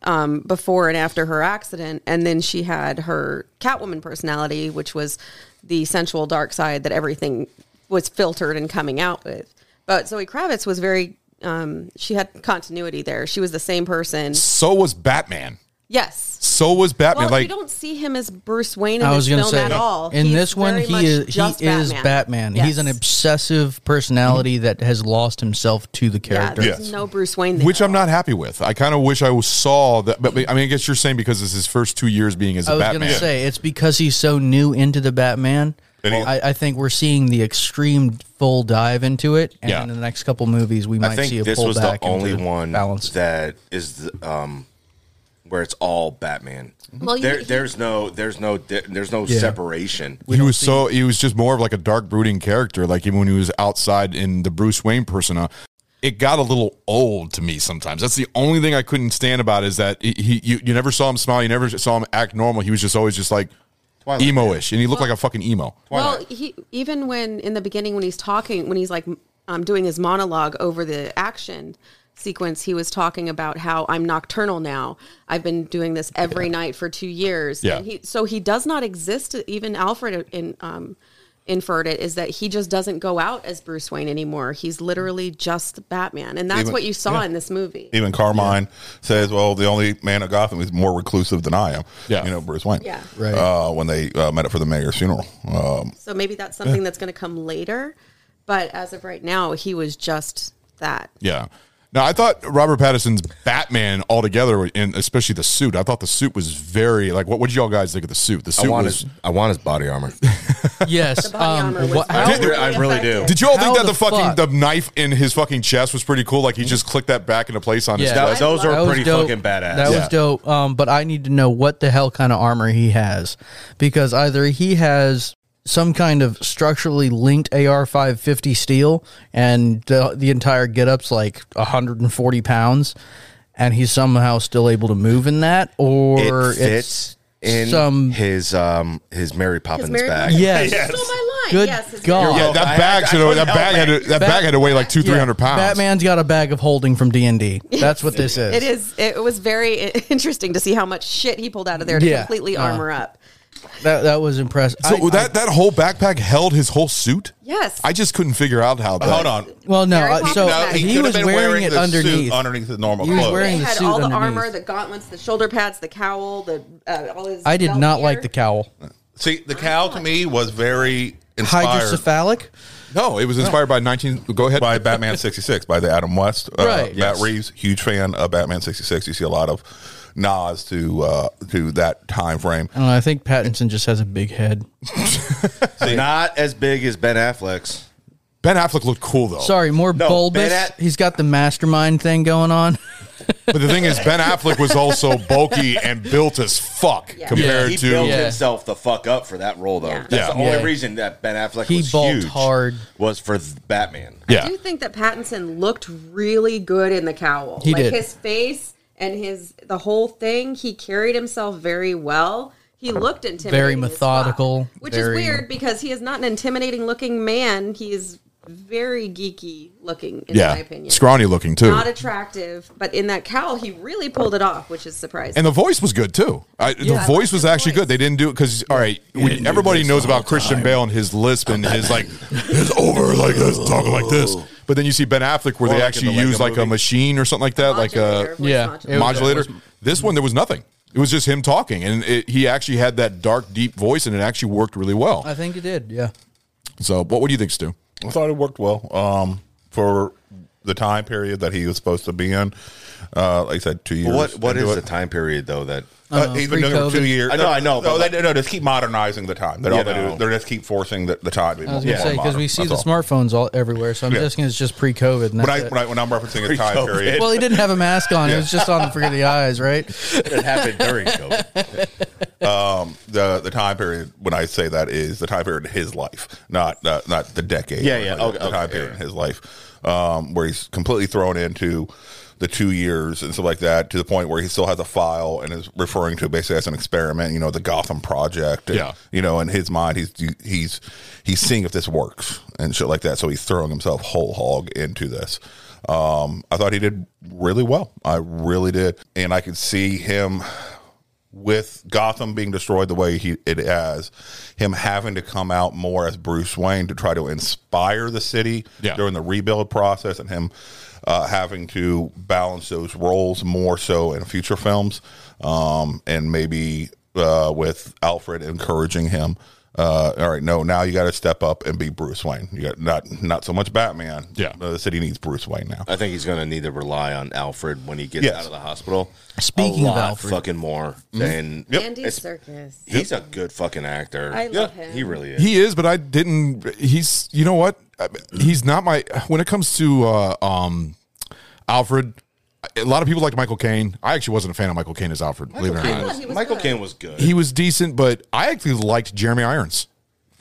um, before and after her accident, and then she had her Catwoman personality, which was the sensual dark side that everything was filtered and coming out with. But Zoe Kravitz was very. Um, she had continuity there. She was the same person.
So was Batman.
Yes.
So was Batman.
Well,
like
you don't see him as Bruce Wayne in
I was
this
going to
film
say
at all.
in
He's
this one
very
he
much
is he
just
is Batman. He's
Yes.
an obsessive personality that has lost himself to the
Yeah,
character.
there's
Yes.
no Bruce Wayne there.
which I'm not happy with. I kind of wish I was saw that. But I mean, I guess you're saying because it's his first two years being as a
I was
Batman.
going to say it's because he's so new into the Batman.
And he-
I, I think we're seeing the extreme full dive into it, and
Yeah.
in the next couple movies we might
I
see
think
a
this was the
pullback
only
into
one
balance.
that is the, um, where it's all Batman.
Mm-hmm.
Well, you-
there,
he-
there's no, there's no, there's no separation.
he was so he was just more of like a dark brooding character. Like even when he was outside in the Bruce Wayne persona, it got a little old to me sometimes. That's the only thing I couldn't stand about is that he, he you, you never saw him smile, you never saw him act normal. He was just always just like
Twilight.
emo-ish, and he looked like a fucking emo.
Well, he even when in the beginning when he's talking when he's like um, doing his monologue over the action sequence, he was talking about how I'm nocturnal now. I've been doing this every night for two years.
Yeah.
And he, so he does not exist. Even Alfred in, um, inferred it is that he just doesn't go out as Bruce Wayne anymore. He's literally just Batman, and that's
Even-
what you saw
yeah.
in this movie.
Even Carmine says, "Well, the only man at Gotham is more reclusive than I am."
Yeah.
you know, Bruce Wayne.
Yeah.
Right.
Uh, when they uh, met up for the mayor's funeral, um,
So maybe that's something that's going to come later. But as of right now, he was just that.
Yeah. Now I thought Robert Pattinson's Batman altogether, and especially the suit. I thought the suit was very like. What did y'all guys think of the suit? The suit
I want
was.
his, I want his body armor.
yes,
The body
um,
armor was
what- how-
I re- I really do.
effective.
Did y'all
How
think that the,
the
fucking
fuck?
the knife in his fucking chest was pretty cool? Like he just clicked that back into place on his
Yeah.
chest.
That- those
I
are
That was
pretty
dope.
fucking badass.
That
Yeah.
was dope. Um, but I need to know what the hell kind of armor he has because either he has some kind of structurally linked AR 550 steel and the, the entire getup's like 140 pounds and he's somehow still able to move in that or
it fits
it's
in
some
his um his Mary Poppins
Mary
bag.
Poppins.
yes.
Stole my line.
Good
yes, it's
God.
yeah,
Oh,
that
I-
bag
I
should have
couldn't
that
help
bag had
it.
to, that bag had to weigh like two three hundred pounds.
Batman's got a bag of holding from D&D. That's what this is.
It is. It was very i- interesting to see how much shit he pulled out of there to
Yeah.
completely
Uh,
armor up.
That, that was impressive.
So
I-
that that whole backpack held his whole suit.
Yes.
I just couldn't figure out how. That,
hold on.
well, no.
Mary
uh,
Poppins
So
bag.
he,
He
could've
was
been
wearing, it
the suit
underneath.
underneath his normal
He was
clothes.
wearing
He
the
had
suit
all the
underneath.
armor, the gauntlets, the shoulder pads, the cowl, the uh, all his.
I did
belt
not
gear.
like the cowl.
See, the cow to me was very inspired
Hydrocephalic?
no, it was inspired by nineteen. Go ahead.
by Batman 66 by the Adam West. Uh,
Right.
Matt
Yes.
Reeves, huge fan of Batman 66. You see a lot of nods to uh, to that time frame.
I don't know. I think Pattinson just has a big head.
Oh.
Not as big as Ben Affleck's.
ben Affleck looked cool though.
Sorry, more
No,
bulbous.
Ben At-
He's got the mastermind thing going on.
But the thing is, Ben Affleck was also bulky and built as fuck compared
He
to.
built
Yeah.
himself the fuck up for that role, though.
Yeah.
That's the
Yeah.
only
Yeah.
reason that Ben Affleck
He
was
bulked
huge
hard.
was for th- Batman.
I
Yeah.
do think that Pattinson looked really good in the cowl.
He
like
did.
his face and his the whole thing. He carried himself very well. He looked intimidating,
Very
as fuck,
methodical,
which
very-
is weird because he is not an intimidating looking man. He is very geeky looking, in my
Yeah.
opinion.
Scrawny looking too.
not attractive, but in that cowl, he really pulled it off, which is surprising.
And the voice was good too. I, the
I
voice
liked
was
his
actually
voice.
good. They didn't do it because all right, we, everybody knows about Christian Bale and his lisp and his like his over like this talking like this. Oh. But then you see Ben Affleck where
Or
they
like in
actually
the Lego
use like a
movie.
machine or something like that, like uh, a
Modulator, voice
yeah,
modulator.
It was-
modulator. This one there was nothing. It was just him talking, and it, he actually had that dark, deep voice, and it actually worked really well.
I think it did. Yeah.
So, what would you think, Stu?
I thought it worked well um, for the time period that he was supposed to be in. Uh, like I said, two years.
What what
into
is the time period though that
Uh, he's been doing it for two
pre-COVID.
years.
I know, I know,
No,
but-
they, no, just keep modernizing the time. They
Yeah,
all they
no.
do. They just keep forcing the, the time. to be
I was
more
gonna say because
modern.
we see
That's
the
all.
smartphones all everywhere, so I'm
Yeah.
guessing it's just pre-COVID. And
When
that's
I,
it.
when I when I'm referencing the time period,
well, he didn't have a mask on; it was just on for the eyes, right?
it happened during COVID?
the the time period when I say that is the time period in his life, not uh, not the decade.
Yeah, yeah,
The-
okay,
the
okay,
time
yeah,
period in
yeah.
his life, um, where he's completely thrown into the two years and stuff like that, to the point where he still has a file and is referring to it basically as an experiment. You know, the Gotham Project. And,
Yeah.
You know, in his mind, he's he's he's seeing if this works and shit like that. So he's throwing himself whole hog into this. Um, I thought he did really well. I really did, and I could see him with Gotham being destroyed the way he it has, him having to come out more as Bruce Wayne to try to inspire the city
Yeah.
during the rebuild process, and him uh, having to balance those roles more so in future films, um, and maybe uh, with Alfred encouraging him. Uh, all right, no, now you got to step up and be Bruce Wayne. You got not not so much Batman.
Yeah.
Uh, the city needs Bruce Wayne now.
I think he's going to need to rely on Alfred when he gets
Yes.
out of the hospital.
Speaking
a
of
lot
Alfred. Mm-hmm.
fucking more than
Andy
it's-
Circus.
He's a good fucking actor.
I love him.
He really is.
He is, but I didn't. He's, you know what? He's not my. When it comes to uh, um, Alfred, a lot of people like Michael Caine. I actually wasn't a fan of Michael Caine as Alfred. believe it or
Caine
not,
I
was-
thought he was
Michael
good.
Caine was good.
he was decent, but I actually liked Jeremy Irons.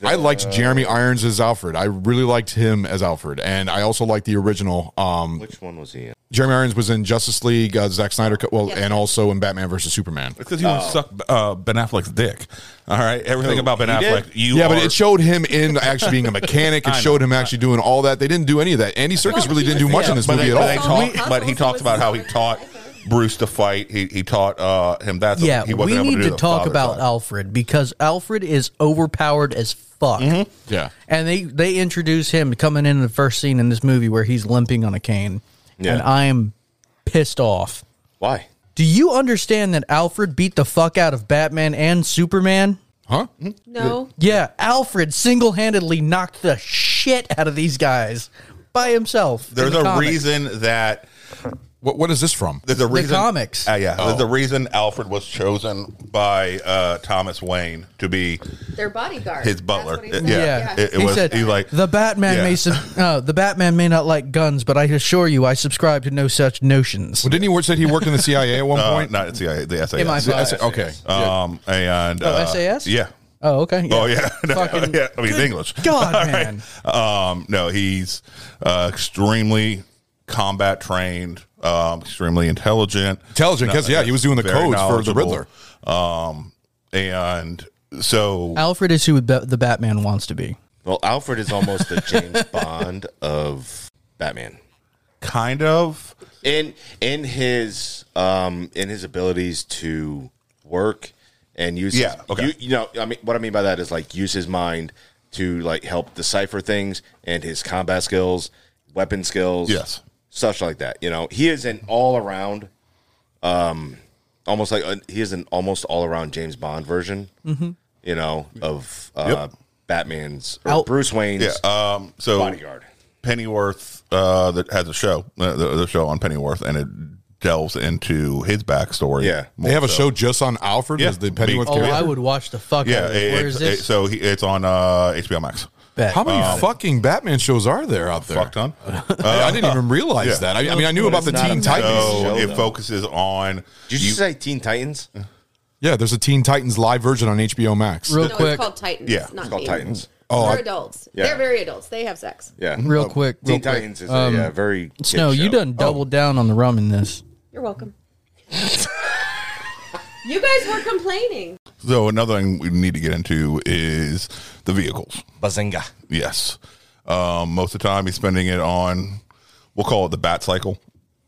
I liked Jeremy Irons as Alfred. I really liked him as Alfred, and I also liked the original. Um,
Which one was he in?
Jeremy Irons was in Justice League, uh, Zack Snyder, co- well, and also in Batman versus Superman.
Because you suck uh, Ben Affleck's dick. All right, everything
Oh. Who,
about Ben
he did?
Affleck. You
yeah, but
are-
it showed him in actually being a mechanic. It showed him actually doing all that. They didn't do any of that. Andy Circus
Well,
really
he
didn't do
was-
much
yeah,
in this
but
movie at
they- but
all.
they
all.
talk- but he talks about how he taught Bruce to fight. He, he taught uh, him that. so
yeah,
he
we
wasn't able
need
do
to
the
talk
father
about
side.
Alfred because Alfred is overpowered as fuck.
Mm-hmm.
Yeah.
and they they introduce him coming in the first scene in this movie where he's limping on a cane,
Yeah.
and I am pissed off.
Why?
Do you understand that Alfred beat the fuck out of Batman and Superman?
Huh?
Hmm?
No,
Yeah, Alfred single handedly knocked the shit out of these guys by himself. in
There's
the
a
comic.
reason that
What, what is this from?
there's a reason
comics. Oh.
Uh, yeah, there's a reason Alfred was chosen by uh, Thomas Wayne to be
their bodyguard.
his butler.
That's what he
Yeah,
said.
Yeah,
it- it
he
was-
said
he like-
the Batman
yeah.
may sub- uh, the Batman may not like guns, but I assure you, I subscribe to no such notions.
Well, didn't he work, said he worked in the CIA at one
uh,
point?
not CIA, the SAS.
MI5.
That's- okay.
Um, and uh,
SAS?
Yeah.
Oh, okay.
Oh yeah, No,
Fucking-
yeah. I mean, he's
Good
English.
God,
All right.
man.
Um, no, he's uh, extremely combat trained, um, extremely intelligent,
Intelligent, 'cause, yeah, he was doing the
very
codes for the
knowledgeable. Um, and so
Alfred is who the the Batman wants to be.
Well, Alfred is almost the James Bond of Batman.
kind of
in in his um in his abilities to work and use
Yeah,
his,
okay.
you, you know I mean what I mean by that is like use his mind to like help decipher things and his combat skills, weapon skills,
Yes.
such like that. You know, he is an all around, um, almost like an he is an almost all around James Bond version. Mm-hmm. You know of uh, Batman's or
Out-
Bruce Wayne's
yeah. Um, so
bodyguard.
Pennyworth uh, that has a show, uh, the, the show on Pennyworth, and it delves into his backstory.
Yeah.
They have a
more so.
show just on Alfred
Yeah.
as the Pennyworth
Oh,
Oh,
character.
I would watch the fuck.
Yeah,
out of it.
it-
Where
it's-
is
it-
this?
so he, it's on uh, HBO Max.
Bet.
How many fucking Batman shows are there out there?
Uh, Fuck ton. Uh,
I, I didn't even realize
yeah.
that. I, I mean, I knew about the
It's not
Teen
a
Titans.
show.
So it
though.
focuses on
Did you, say Teen Titans?
Yeah, there's a Teen Titans live version on HBO Max.
Real
no,
quick.
it's called Titans.
Yeah,
not
it's
called
Teen.
Titans.
Oh,
they're
I-
adults.
Yeah.
They're very adults. They have sex.
Yeah,
Real quick, real
Teen
quick. Um,
Titans is a uh, very kid
Snow, you
show.
done
Oh.
doubled down on the rum in this.
You're welcome. you guys were complaining.
So another thing we need to get into is the vehicles.
Bazinga.
Yes, um, most of the time he's spending it on we'll call it the bat cycle,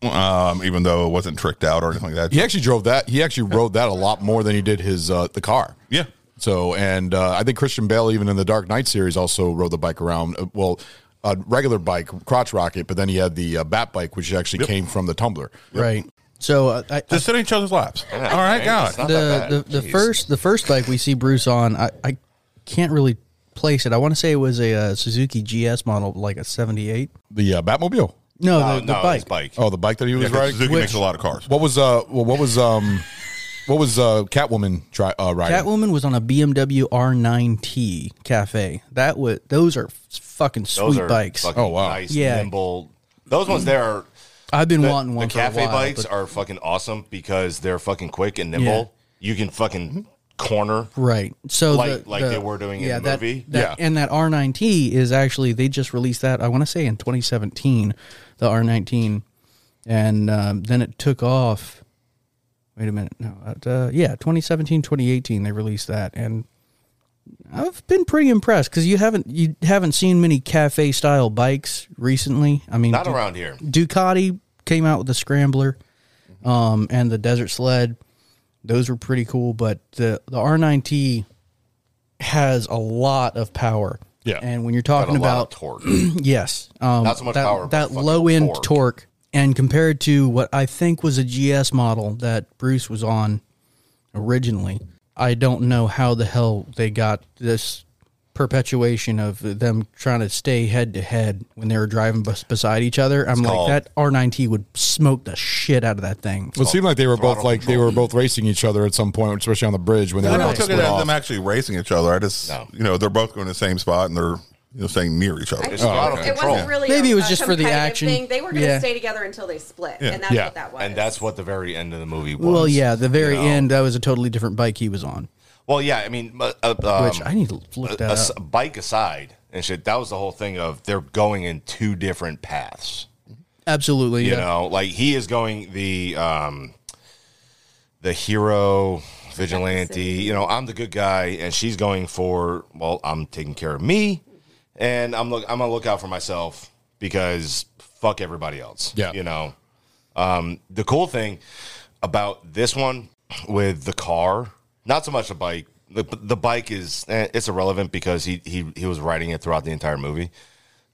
um, even though it wasn't tricked out or anything like that.
He actually drove that. He actually rode that a lot more than he did his uh, the car.
yeah.
So, and uh, I think Christian Bale, even in the Dark Knight series, also rode the bike around. Uh, well, a regular bike, crotch rocket, but then he had the uh, bat bike, which actually came from the tumbler.
Right. So uh, I,
Just sit in each other's laps. All right, God.
the the, the first the first bike we see Bruce on, I, I can't really place it. I want to say it was a, uh Suzuki GS model, like a '78.
The uh, Batmobile.
No,
Oh,
the, the
no,
bike.
it's bike.
Oh, the bike that he was riding.
Suzuki makes a lot of cars.
What was uh? Well, what was um? What was uh? Catwoman try uh riding?
Catwoman was on a BMW R9T Cafe. That was those are fucking sweet
Those are
bikes.
fucking
Oh, wow.
nice,
Yeah.
nimble. Those ones there are
I've been
the,
wanting one.
the
for a
cafe
while,
bikes
but-
are fucking awesome because they're fucking quick and nimble. You can fucking corner.
right. So
like-
the,
like
the-
they were doing in the
that-
movie?
that-
Yeah.
and that R9T is actually they just released that I want to say in 2017, the R19, and um, then it took off. Wait a minute, no, uh, yeah, 2017, 2018 they released that, and I've been pretty impressed because you haven't you haven't seen many cafe style bikes recently. I mean,
Not
do-
around here.
Ducati came out with the Scrambler um, and the Desert Sled. Those were pretty cool, but the, the R9T has a lot of power.
Yeah.
And when you're
Got a
talking
lot of
about
torque.
yes, um,
Not so much
that,
power, but
that
fucking
low end torque.
torque.
and compared to what I think was a GS model that Bruce was on originally, I don't know how the hell they got this perpetuation of them trying to stay head to head when they were driving bes- beside each other. I'm like
called-
that R9T would smoke the shit out of that thing.
Well, it seemed like they were both
throttle
like they
control.
were both racing each other at some point, especially on the bridge when they
I
were
don't
like
took
split
it as
off.
them actually racing each other. I just,
No.
you know, they're both going to the same spot and they're, you know, staying near each other.
It's throttle
It
control.
wasn't really
Maybe
a-
it was
a
just for the
competitive
action.
Thing. They were going to
Yeah.
stay together until they split, and that's
Yeah.
what that was.
And that's what the very end of the movie was.
Well, yeah, the very
you know?
end that was a totally different bike he was on,
Well, yeah, I mean, uh, uh, um,
which I need to look that
a- as-
up.
bike aside and shit, that was the whole thing of they're going in two different paths.
Absolutely,
You
yeah.
know, like he is going the um the hero vigilante, you know, I'm the good guy and she's going for well, I'm taking care of me and I'm look I'm gonna look out for myself because fuck everybody else.
Yeah.
You know. Um the cool thing about this one with the car, not so much the bike. The, the bike is eh, it's irrelevant because he, he he was riding it throughout the entire movie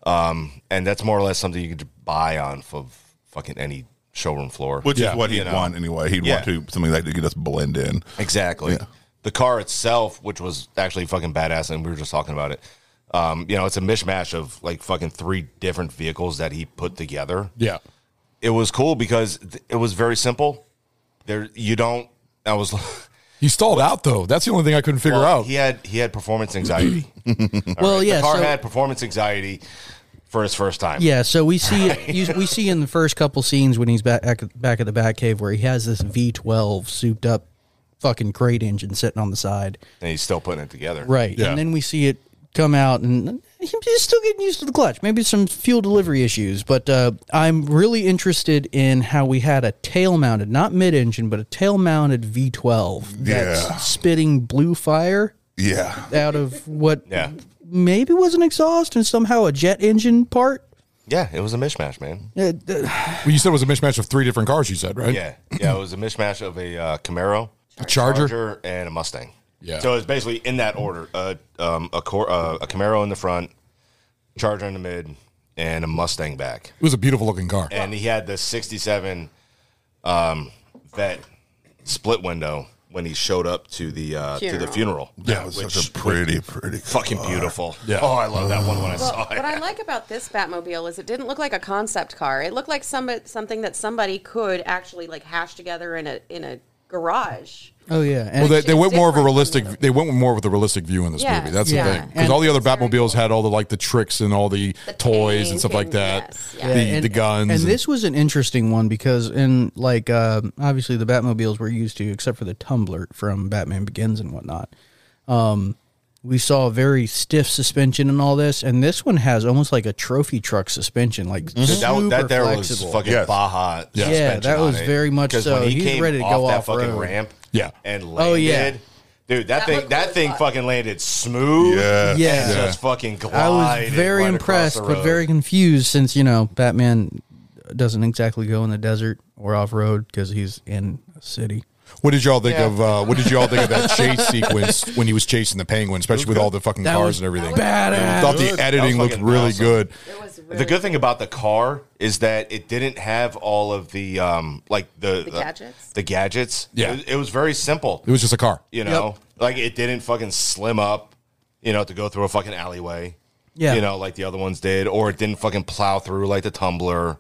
Um, and that's more or less something you could buy on for fucking any showroom floor.
Which
Yeah,
is what he'd
you know.
want anyway. He'd want
Yeah.
to something like that to get us blend in.
exactly.
Yeah.
The car itself, which was actually fucking badass, and we were just talking about it. Um, you know, it's a mishmash of like fucking three different vehicles that he put together.
Yeah.
It was cool because th- it was very simple. There, you don't. I was.
He stalled out though. That's the only thing I couldn't figure out.
He had he had performance anxiety.
well, yeah,
the car
so-
had performance anxiety for his first time.
Yeah, so we see you, we see in the first couple scenes when he's back back at, back at the Batcave where he has this V12 souped up fucking crate engine sitting on the side,
and he's still putting it together.
right?
Yeah.
And then we see it come out, and he's still getting used to the clutch. Maybe some fuel delivery issues, but uh, I'm really interested in how we had a tail mounted, not mid engine, but a tail mounted V12
Yeah.
that's spitting blue fire
Yeah.
out of what
Yeah.
maybe was an exhaust and somehow a jet engine part.
Yeah, it was a mishmash, man.
Uh, uh,
Well, you said it was a mishmash of three different cars. You said right?
Yeah, yeah, it was a mishmash of a uh, Camaro,
A Charger?
and a Mustang.
Yeah.
So it's basically in that order: uh, um, a cor- uh, a Camaro in the front, Charger in the mid, and a Mustang back.
It was a beautiful looking car.
And he had the '67 um, Vet split window when he showed up to the uh, to the funeral.
Yeah, it was such a pretty, pretty
Fucking beautiful. Oh, I love that one when I saw it.
What I like about this Batmobile is it didn't look like a concept car. It looked like some something that somebody could actually like hash together in a in a garage.
oh yeah, and
Well, they, they
It's
went more of a
different from
realistic.
the-
They went more with a realistic view in this
Yeah,
movie. That's
yeah.
the thing. Because
And-
all the other
It's very
Batmobiles
cool.
had all the like the tricks and all the,
The
toys
tank
and stuff like
and-
that.
yes, yeah.
The,
Yeah,
the guns.
And this was an interesting one because, in like, uh, obviously the Batmobiles we're used to, except for the tumbler from Batman Begins and whatnot. Um, we saw very stiff suspension and all this, and this one has almost like a trophy truck suspension, like
Dude, Mm-hmm. that,
super
that there
flexible.
was fucking
Yes.
Baja.
Yeah,
suspension
that
on
was
it.
very much
'Cause
so.
when
He was ready to
off
go
that
off
fucking
road.
ramp.
Yeah.
and landed.
Oh, yeah.
Dude, that,
That
thing
looked
that
cool
thing
as fuck.
fucking landed smooth.
Yeah.
and
Yeah.
just fucking glided.
I was very
right across
impressed,
the
but
road.
very confused since you know Batman doesn't exactly go in the desert or off road because he's in a city.
What did y'all think of? Uh, what did y'all think of that chase sequence when he was chasing the penguin, especially with all the fucking
That
cars
was
and everything?
badass.
Thought the
Good.
editing
That was
looked
fucking
really
awesome.
good.
the good thing about the car is that it didn't have all of the um like the
The gadgets?
The gadgets.
Yeah.
It, it was very simple.
It was just a car.
You know, like it didn't fucking slim up, you know, to go through a fucking alleyway.
Yeah.
You know, like the other ones did, or it didn't fucking plow through like the tumbler.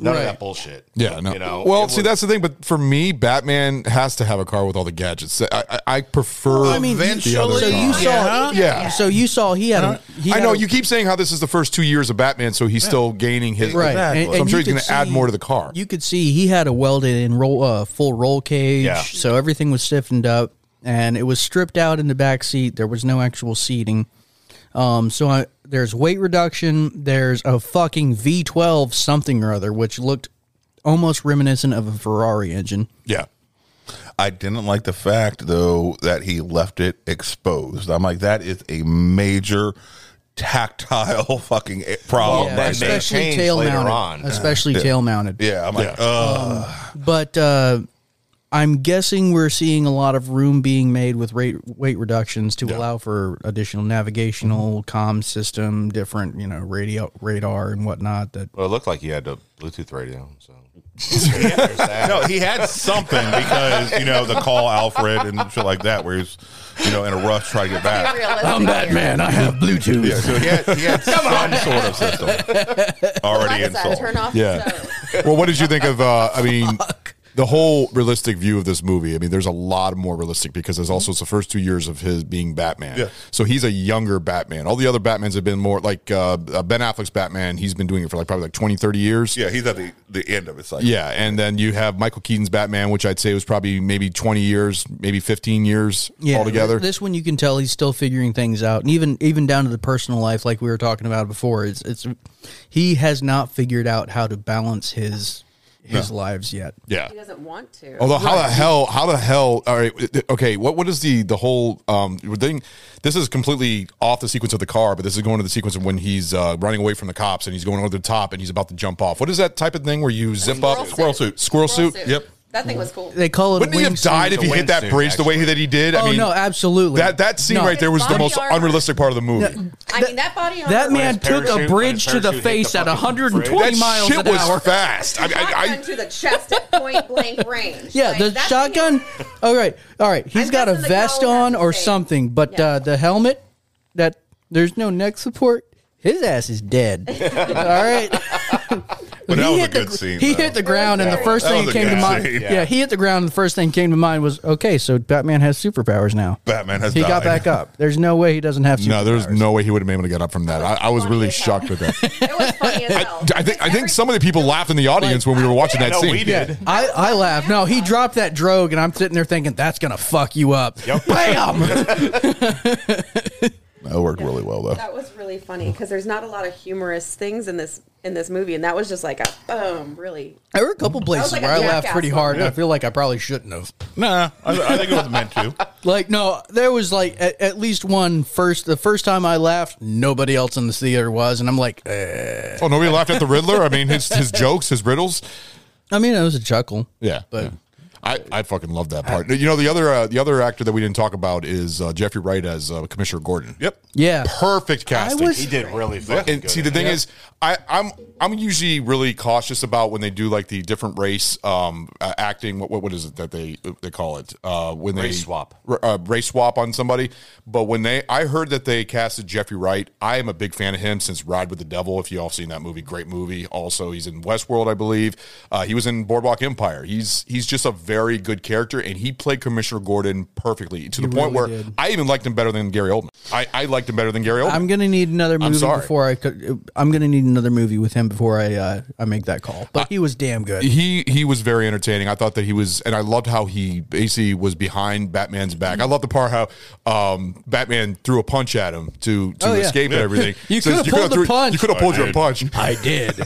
None of
Right.
that bullshit.
Yeah, no.
You know,
well,
it
see, that's the thing. But for me, Batman has to have a car with all the gadgets. I, I, I prefer.
Well, I mean,
the
so
other
you
car.
saw,
yeah.
So you saw he had. A, he
I
had
know
a-
you keep saying how this is the first two years of Batman, so he's still gaining his.
Right.
so I'm sure he's going to add more to the car.
You could see he had a welded in roll, uh, full roll cage,
Yeah.
so everything was stiffened up, and it was stripped out in the back seat. There was no actual seating. Um, so I, there's weight reduction. There's a fucking V12 something or other, which looked almost reminiscent of a Ferrari engine.
Yeah. I didn't like the fact though that he left it exposed. I'm like, that is a major tactile fucking a- problem.
Yeah,
right there.
especially tail mounted. Especially
Yeah.
tail mounted.
Yeah, I'm like,
Yeah.
ugh.
But uh, I'm guessing we're seeing a lot of room being made with rate, weight reductions to allow for additional navigational
Mm-hmm.
comm system, different you know radio radar and whatnot. That
Well, it looked like he had a Bluetooth radio. So
no, he had something because you know the call Alfred and shit like that, where he's you know in a rush trying to get back.
I'm Batman.
I have Bluetooth. Yeah, so he had, he had some sort of system already
Does that
installed.
turn off?
Yeah. well, what did you think of? Uh, I mean, the whole realistic view of this movie. I mean, there's a lot more realistic because there's also it's the first two years of his being Batman.
Yeah.
So he's a younger Batman. All the other Batmans have been more like uh, uh, Ben Affleck's Batman. He's been doing it for like probably like 20, 30 years.
Yeah, he's at the, the end of it. cycle.
Yeah, and then you have Michael Keaton's Batman, which I'd say was probably maybe 20 years, maybe 15 years altogether.
This one you can tell he's still figuring things out, and even even down to the personal life, like we were talking about before. It's it's he has not figured out how to balance his his lives yet.
Yeah.
He doesn't want to.
Although how the hell how the hell all right th- okay what what is the the whole um thing this is completely off the sequence of the car but this is going to the sequence of when he's uh, running away from the cops and he's going over the top and he's about to jump off what is that type of thing where you zip up squirrel suit squirrel, suit. yep
That thing was cool.
They call it.
wouldn't
a
he have
wingsuit.
died if he hit that bridge the way that he did
oh
I mean
no, absolutely.
that that scene
No.
right there was the most unrealistic part of the movie
I mean, that body.
That
armor
man
was-
took a bridge to the
parachute hit
face
the
at
fucking
120
that
miles
shit
an
was
hour.
fast I mean I,
shotgun to the chest at point blank range.
Yeah,
Like,
the
that thing
shotgun. all right, all right. He's got a
guessing the
vest
cowl
on
has
or
to stay.
something, but
Yeah.
uh, the helmet that there's no neck support. His ass is dead. all right.
But that
He
was a
hit the
good
gr-
scene.
He
though.
hit the ground, and the first
That
thing that
was a
came to
good
mind.
scene.
Yeah. he hit the ground, and the first thing that came to mind was, okay, so Batman has superpowers now.
Batman has
he got
died.
back up. There's no way he doesn't have. Superpowers.
no there's no way he would have been able to get up from that I, I was really shocked with that I, I think I think some of the people laughed in the audience when we were watching that
no,
scene
we did.
Yeah, I, I laugh. No, he dropped that drogue, and I'm sitting there thinking that's gonna fuck you up. Bam!
That worked really well though.
That was really funny because there's not a lot of humorous things in this in this movie, and that was just like a boom, really.
There were a couple places
like a
where I laughed
jackass
pretty hard, and I
laugh.
feel like I probably shouldn't have.
Nah, I, I think it was meant to.
Like, no, there was like at, at least one first. The first time I laughed, nobody else in the theater was, and I'm like, eh.
Oh, nobody laughed at the Riddler. I mean, his his jokes, his riddles.
I mean, it was a chuckle.
Yeah,
But-
Yeah. I, I fucking love that part. You know the other uh, the other actor that we didn't talk about is uh, Jeffrey Wright as uh, Commissioner Gordon.
Yep.
Yeah,
Perfect casting.
was-
he did really fucking
and
good.
see, the thing
Yeah.
is, I, I'm I'm usually really cautious about when they do like the different race um, uh, acting. What, what what is it that they they call it uh, when they
Race swap.
r- uh, race swap on somebody? But when they, I heard that they casted Jeffrey Wright. I am a big fan of him since Ride with the Devil. If you all seen that movie, great movie. Also, he's in Westworld, I believe. Uh, he was in Boardwalk Empire. He's he's just a very good character, and he played Commissioner Gordon perfectly to the point where I even liked him better than Gary Oldman. I, I liked him better than Gary Oldman.
I'm gonna need another
I'm
movie
sorry.
before I could. I'm gonna need another movie with him before I uh, I make that call. But he was damn good.
he he was very entertaining. I thought that he was, and I loved how he basically was behind Batman's back. I love the part how um, Batman threw a punch at him to to
Oh, yeah.
escape and everything.
You
Says,
coulda
coulda
pulled the
threw-
punch."
You could have pulled your punch.
I did.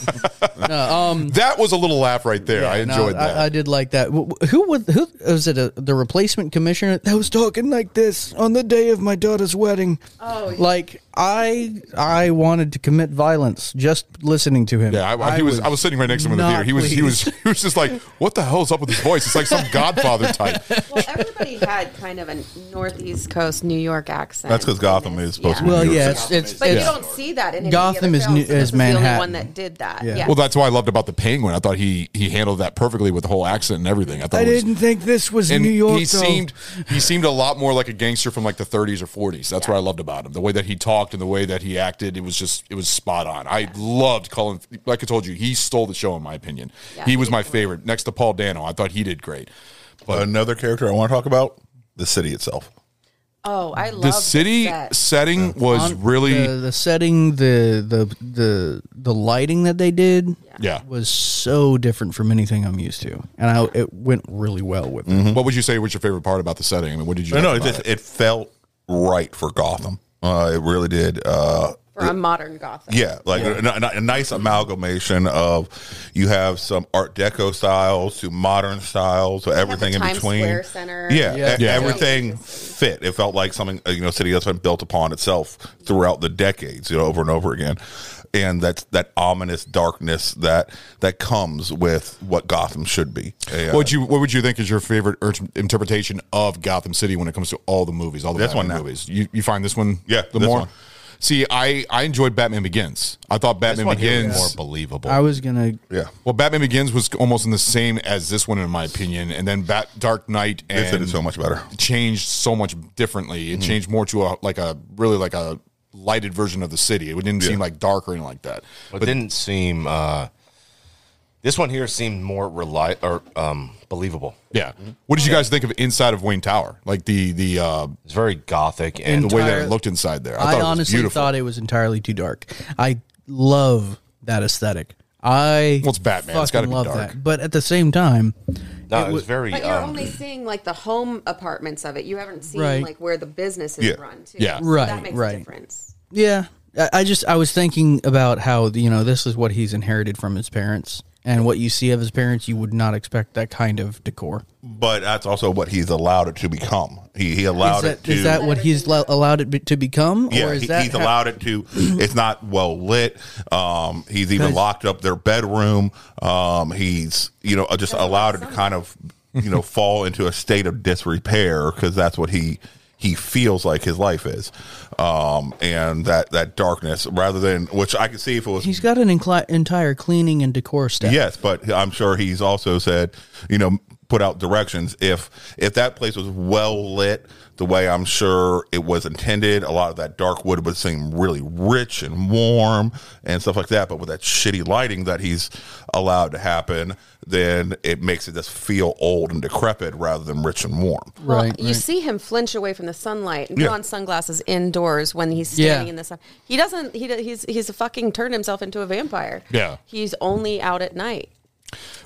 no, um,
That was a little laugh right there. I
no,
enjoyed that.
I, I did like that. Wh- wh- Who was who was it? uh the replacement commissioner that was talking like this on the day of my daughter's wedding.
Oh, yeah.
like I I wanted to commit violence just listening to him.
Yeah, I, he was, I was sitting right next to him in the
not
theater. He was he was he was just like, what the hell's up with his voice? It's like some Godfather type.
Well, everybody had kind of a Northeast Coast New York accent.
That's because Gotham is supposed to be.
Well,
New York
yeah,
City.
it's, it's,
But you
it's-
don't see that in any
Gotham
of
is
the films.
new-
This
is
the only
Manhattan.
one that did that. Yeah.
Well, that's why I loved about the Penguin. I thought he he handled that perfectly with the whole accent and everything. I thought
I
it was-
didn't think this was
and
New York.
He
though.
seemed he seemed a lot more like a gangster from like the 30s or 40s. That's what I loved about him. The way that he talked and the way that he acted, it was just it was spot on. I loved Colin. Like I told you, he stole the show in my opinion. he was my favorite next to Paul Dano. I thought he did great. But
another character I want to talk about the city itself.
Oh, I love
the city setting was
On-
really
the, the setting, the the the the lighting that they did,
Yeah.
was so different from anything I'm used to, and I, it went really well with it.
Mm-hmm. What would you say was your favorite part about the setting? I mean, what did you?
No,
like
no, it,
about
just, it felt right for Gotham. Uh, it really did. Uh,
for a modern Gotham.
Yeah, like A, a- a nice amalgamation of you have some Art Deco styles to modern styles, so everything in
Times
between.
Square Center.
Yeah,
Yeah.
e-
Yeah.
everything fit. It felt like something uh, you know, city that's been built upon itself throughout the decades, you know, over and over again. And that's that ominous darkness that that comes with what Gotham should be. And-
What would you What would you think is your favorite er- interpretation of Gotham City when it comes to all the movies, all the
This
Batman
one now.
movies? You you find this one,
Yeah,
the
this
more.
one.
See, I I enjoyed Batman Begins. I thought Batman
one here was
Begins
more believable.
I was gonna
yeah.
Well, Batman Begins was almost in the same as this one, in my opinion. And then Bat Dark Knight
This
and
is so much Mm-hmm. better.
changed so much differently. It changed more to a like a really like a lighted version of the city. It didn't seem like dark or anything like that.
But it didn't seem. Uh, this one here seemed more reli- or um, believable.
Yeah. What did you guys think of inside of Wayne Tower? Like the the uh,
it's very gothic
and the way that it
Entire-
looked inside there. I,
I,
thought it was
honestly
beautiful.
thought it was entirely too dark. I love that aesthetic. I
Well, it's Batman. It's gotta
fucking
be
love
dark.
that. But at the same time,
No, it,
it
was
wa-
very.
But you're
um,
only seeing like the home apartments of it. You haven't seen
Right.
like where the business is
Yeah.
run. Too.
Yeah.
So
Right,
That makes
right.
a difference.
yeah, I, I just I was thinking about how you know this is what he's inherited from his parents, and what you see of his parents, you would not expect that kind of decor.
But that's also what he's allowed it to become. He he allowed
Is that,
it to
is that what he's lo- allowed it be, to become?
Yeah,
or is
he-
that
he's
how-
allowed it to. It's not well lit. Um, he's even
'Cause-
locked up their bedroom. Um, he's you know just allowed it to kind of you know fall into a state of disrepair because that's what he he feels like his life is, um, and that that darkness rather than which I could see if it was
He's got an incli- entire cleaning and decor staff.
Yes, but I'm sure he's also said, you know, put out directions. If if that place was well lit the way I'm sure it was intended, a lot of that dark wood would seem really rich and warm and stuff like that. But with that shitty lighting that he's allowed to happen, then it makes it just feel old and decrepit rather than rich and warm.
Well, you see him flinch away from the sunlight and
Yeah.
put on sunglasses indoors when he's standing
Yeah.
in the sun. He doesn't. He do- he's he's fucking turned himself into a vampire.
Yeah.
He's only out at night.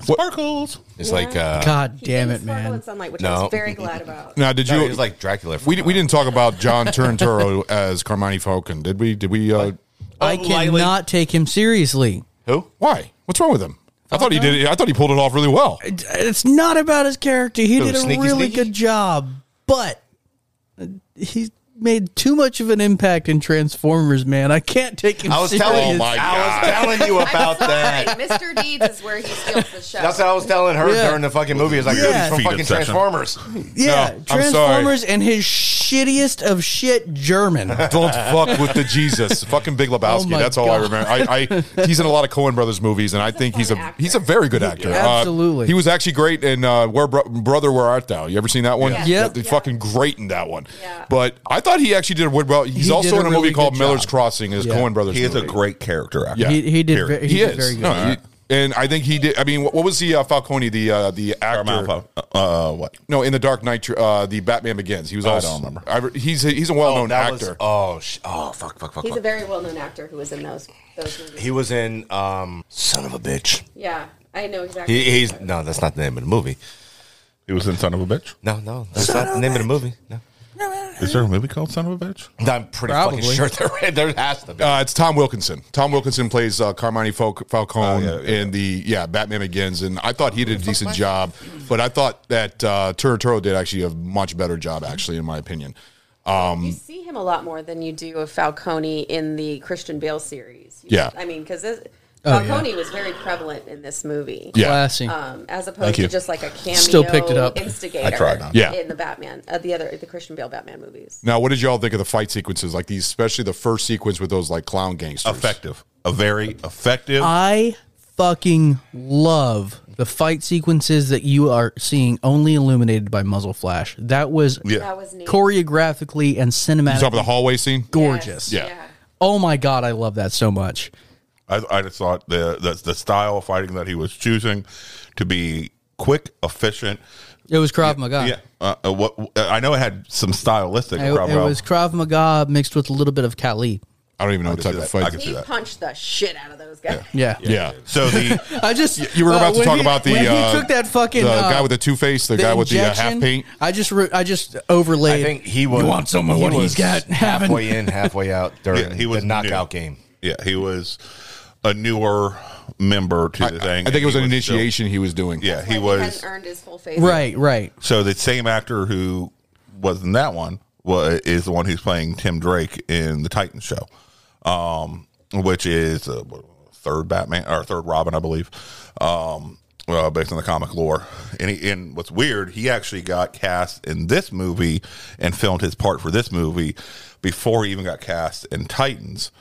Sparkles.
It's like uh,
God damn
didn't
it,
sparkle
man.
in sunlight, which I
No.
was very glad about.
Now, did
No,
you?
he was like Dracula from,
We, di- we didn't talk about John Turturro as Carmine Falcon, did we? Did we? Uh,
I cannot take him seriously.
Who?
Why? What's wrong with him? I thought he did. it- I thought he pulled it off really well.
It's not about his character. He
Who,
did a
Oh, Sneaky
really
Sneaky?
good job, but he made too much of an impact in Transformers. Man, I can't take him.
I was
serious.
telling, I was telling you about that.
Mr. Deeds is where he steals the show.
That's what I was telling her
Yeah.
during the fucking movie. It's like, dude,
Yeah.
he's from
Feed
fucking
obsession.
Transformers.
Yeah,
No, I'm sorry.
Transformers and his shittiest of shit German.
Don't fuck with the Jesus, fucking Big
Oh
Lebowski.
my
That's all I
God.
remember. I, I he's in a lot of Coen Brothers movies, and I think he's a he's a very good actor. Uh,
Absolutely.
he was actually great in uh, Where Bro- Brother Where Art Thou? You ever seen that one?
Yeah. Yeah.
They're fucking great in that one. But I thought he actually did really well. He's
He
also
did a
in a
really
movie called
good
Miller's
job.
Crossing, his
Yeah.
Coen Brothers.
He is a
movie.
great character actor.
Yeah.
He, he did.
Period.
Very, he, did
is.
very good.
No, he- and I think he did. I mean, what, what was the uh, Falcone? The uh, the actor?
Carmine Uh, what?
No, in the Dark Knight, uh, the Batman Begins. He was.
I
also,
don't remember.
I- he's a, he's a well known
that was-
actor.
oh, sh- oh, fuck, fuck, fuck,
He's a
fuck.
very well known actor who was in those those movies.
He was in um, Son of a Bitch.
Yeah, I know exactly.
He, he's no, that's not the name of the movie.
He was in Son of a Bitch.
No, no, that's not the name of the movie. No,
Is there a movie called Son of a Bitch?
I'm pretty fucking
Probably.
sure there, there has to be.
Uh, it's Tom Wilkinson. Tom Wilkinson plays uh, Carmine Fal- Falcone in the yeah Batman Begins, and I thought he did a decent job, but I thought that uh, Turturro did actually a much better job, actually, in my opinion. Um,
You see him a lot more than you do of Falcone in the Christian Bale series. You-
Yeah.
I mean, because
Oh, yeah.
Falcone was very prevalent in this movie.
Yeah. Classy.
Um, as opposed
Thank
to
you.
just like a cameo
Still picked it up.
instigator
I tried not to. Yeah.
in the Batman, uh, the other, the Christian Bale Batman movies.
now, what did y'all think of the fight sequences? Like these, especially the first sequence with those like clown gangsters.
Effective, a very effective.
I fucking love the fight sequences that you are seeing only illuminated by muzzle flash. That was,
Yeah. That was
choreographically and
You talking about the
cinematically
hallway scene?
gorgeous.
Yeah.
Oh my god, I love that so much.
I, I just thought the, the the style of fighting that he was choosing to be quick, efficient.
It was Krav Maga.
Yeah, uh, uh, what I know it had some stylistic.
It,
Krav
it
Maga.
was Krav Maga mixed with a little bit of Kali.
I don't even know
what type of
fight.
I can see
He
that.
punched the shit out of those guys.
Yeah.
Yeah.
So the
I just
you were
uh,
about to
when
talk
he-
about the
when he
uh,
took that fucking
the
uh,
guy with the two face, the, guy with the uh, half
injection,
paint.
I just re- I just overlaid.
I think he was.
You want some of
he
what he's
was
got? Haven't.
halfway in, halfway out during
Yeah, he was
the knockout
new.
game.
Yeah, he was a newer member to the thing.
I think it was an
He still-
initiation he was doing.
yeah, he
He
was.
hadn't earned his full face.
Right, right.
So the same actor who was in that one was, is the one who's playing Tim Drake in the Titan show, um, which is uh, what, third Batman or third Robin, I believe, um, uh, based on the comic lore. And, he, and what's weird, he actually got cast in this movie and filmed his part for this movie before he even got cast in Titans.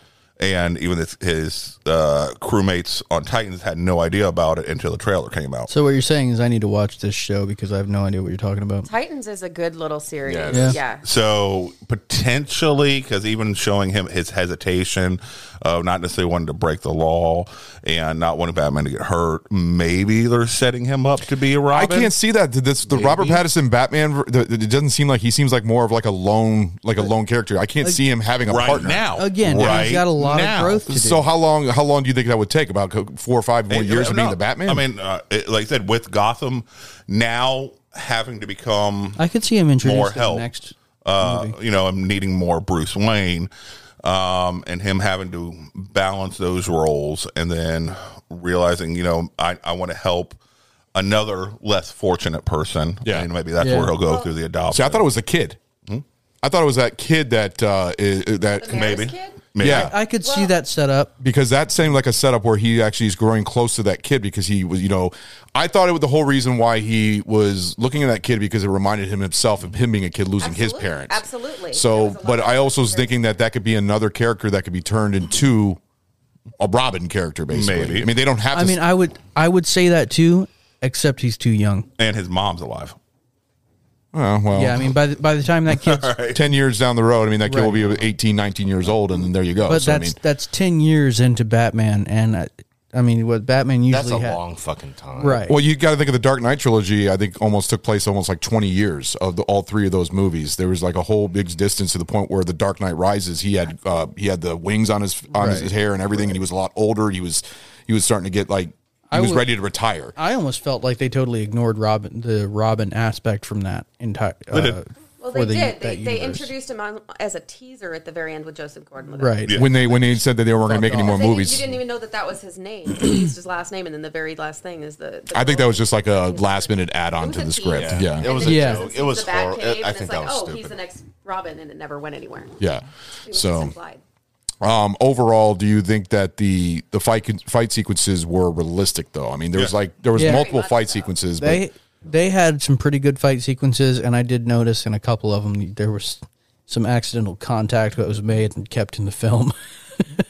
And even his, his uh, crewmates on Titans had no idea about it until the trailer came out.
So what you're saying is I need to watch this show because I have no idea what you're talking about.
Titans is a good little series.
Yes.
Yeah.
Yeah.
So potentially, because even showing him his hesitation of not necessarily wanting to break the law and not wanting Batman to get hurt, maybe they're setting him up to be a
I
Robin.
can't see that. This the Robert Pattinson Batman. ver- the- the- It doesn't seem like he seems like more of like a lone, like a lone character. I can't see him having a
right
partner
now.
Again,
right
he's got a lot
now.
of growth to do.
So how long? How long do you think that would take? About co- four or five more
And-
years of being
no,
the Batman?
I mean, uh, it- like I said, with Gotham now having to become
I could see him introduced
more
in the
help.
next
uh, you know, I'm needing more Bruce Wayne, um, and him having to balance those roles, and then realizing, you know, I, I want to help another less fortunate person.
Yeah.
and maybe that's
Yeah.
where he'll go through the adoption.
see, I thought it was a kid. I thought it was that kid that uh, is, that
maybe,
kid?
maybe.
Yeah.
I could see that set up.
because that seemed like a setup where he actually is growing close to that kid because he was, you know, I thought it was the whole reason why he was looking at that kid because it reminded him himself of him being a kid losing his
Absolutely.
parents.
Absolutely. There
So,
was a lot
but
of
I also was thinking that that could be another character that could be turned into a Robin character, basically.
Maybe.
I mean, they don't have.
I
to
mean, I would I would say that too, except he's too young.
and his mom's alive.
oh, well,
Yeah, I mean by the, by the time that kid's
ten years down the road, I mean, that kid
Right.
will be 18, 19 years old, and then there you go.
but
so, I
that's
mean,
that's 10 years into Batman and I, I mean what Batman usually
That's a
ha-
long fucking time.
Right.
Well, you got to think of the Dark Knight trilogy. I think almost took place almost like twenty years of the, all three of those movies. There was like a whole big distance to the point where the Dark Knight Rises. He had uh, he had the wings on his on his, his hair and everything, and he was a lot older. He was he was starting to get like he was
would-
ready to retire.
I almost felt like they totally ignored Robin the Robin aspect from that entire uh,
Well,
for
they
the-
did. They,
that
they
universe.
introduced him on, as a teaser at the very end with Joseph Gordon-Levitt.
Right.
When they when they said that they weren't going to make any more
They didn't-
movies,
You didn't even know that that was his name. They used his last name, and then the very last thing is the. the
I think that was just like a
It was
last minute add
It
on
was
to
a
the
tease.
script. Yeah,
It was
And
a
Yeah.
then
joke.
Joseph
It was
sees the Batcave,
horrible. I- I
and
think
it's
that
like,
was
oh,
stupid.
he's the next Robin, and it never went anywhere.
yeah.
It was just
So
implied.
um, overall, do you think that the the fight fight sequences were realistic though? I mean, there was
Yeah.
like there was
Yeah.
multiple
Very much
fight
so.
sequences. but-
They they had some pretty good fight sequences, and I did notice in a couple of them there was some accidental contact that was made and kept in the film.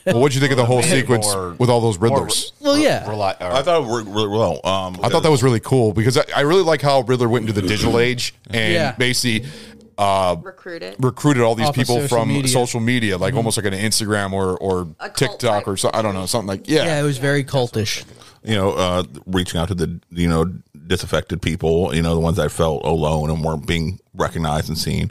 Well, what'd you think of the whole
Made it
sequence
more-
with all those
more
Riddlers?
Well, yeah.
Rely, or,
I thought it worked really well. Um,
I thought that was really cool because I, I really like how Riddler went into the digital age and
Yeah.
basically uh,
Recruited.
recruited all these
Off of
people
social
from
media. Mm-hmm.
social media, like almost like an Instagram or or
A cult
TikTok
type
or so, I don't know something like
yeah.
yeah.
it was very cultish.
you know, uh, reaching out to the you know disaffected people, you know, the ones that felt alone and weren't being recognized and seen,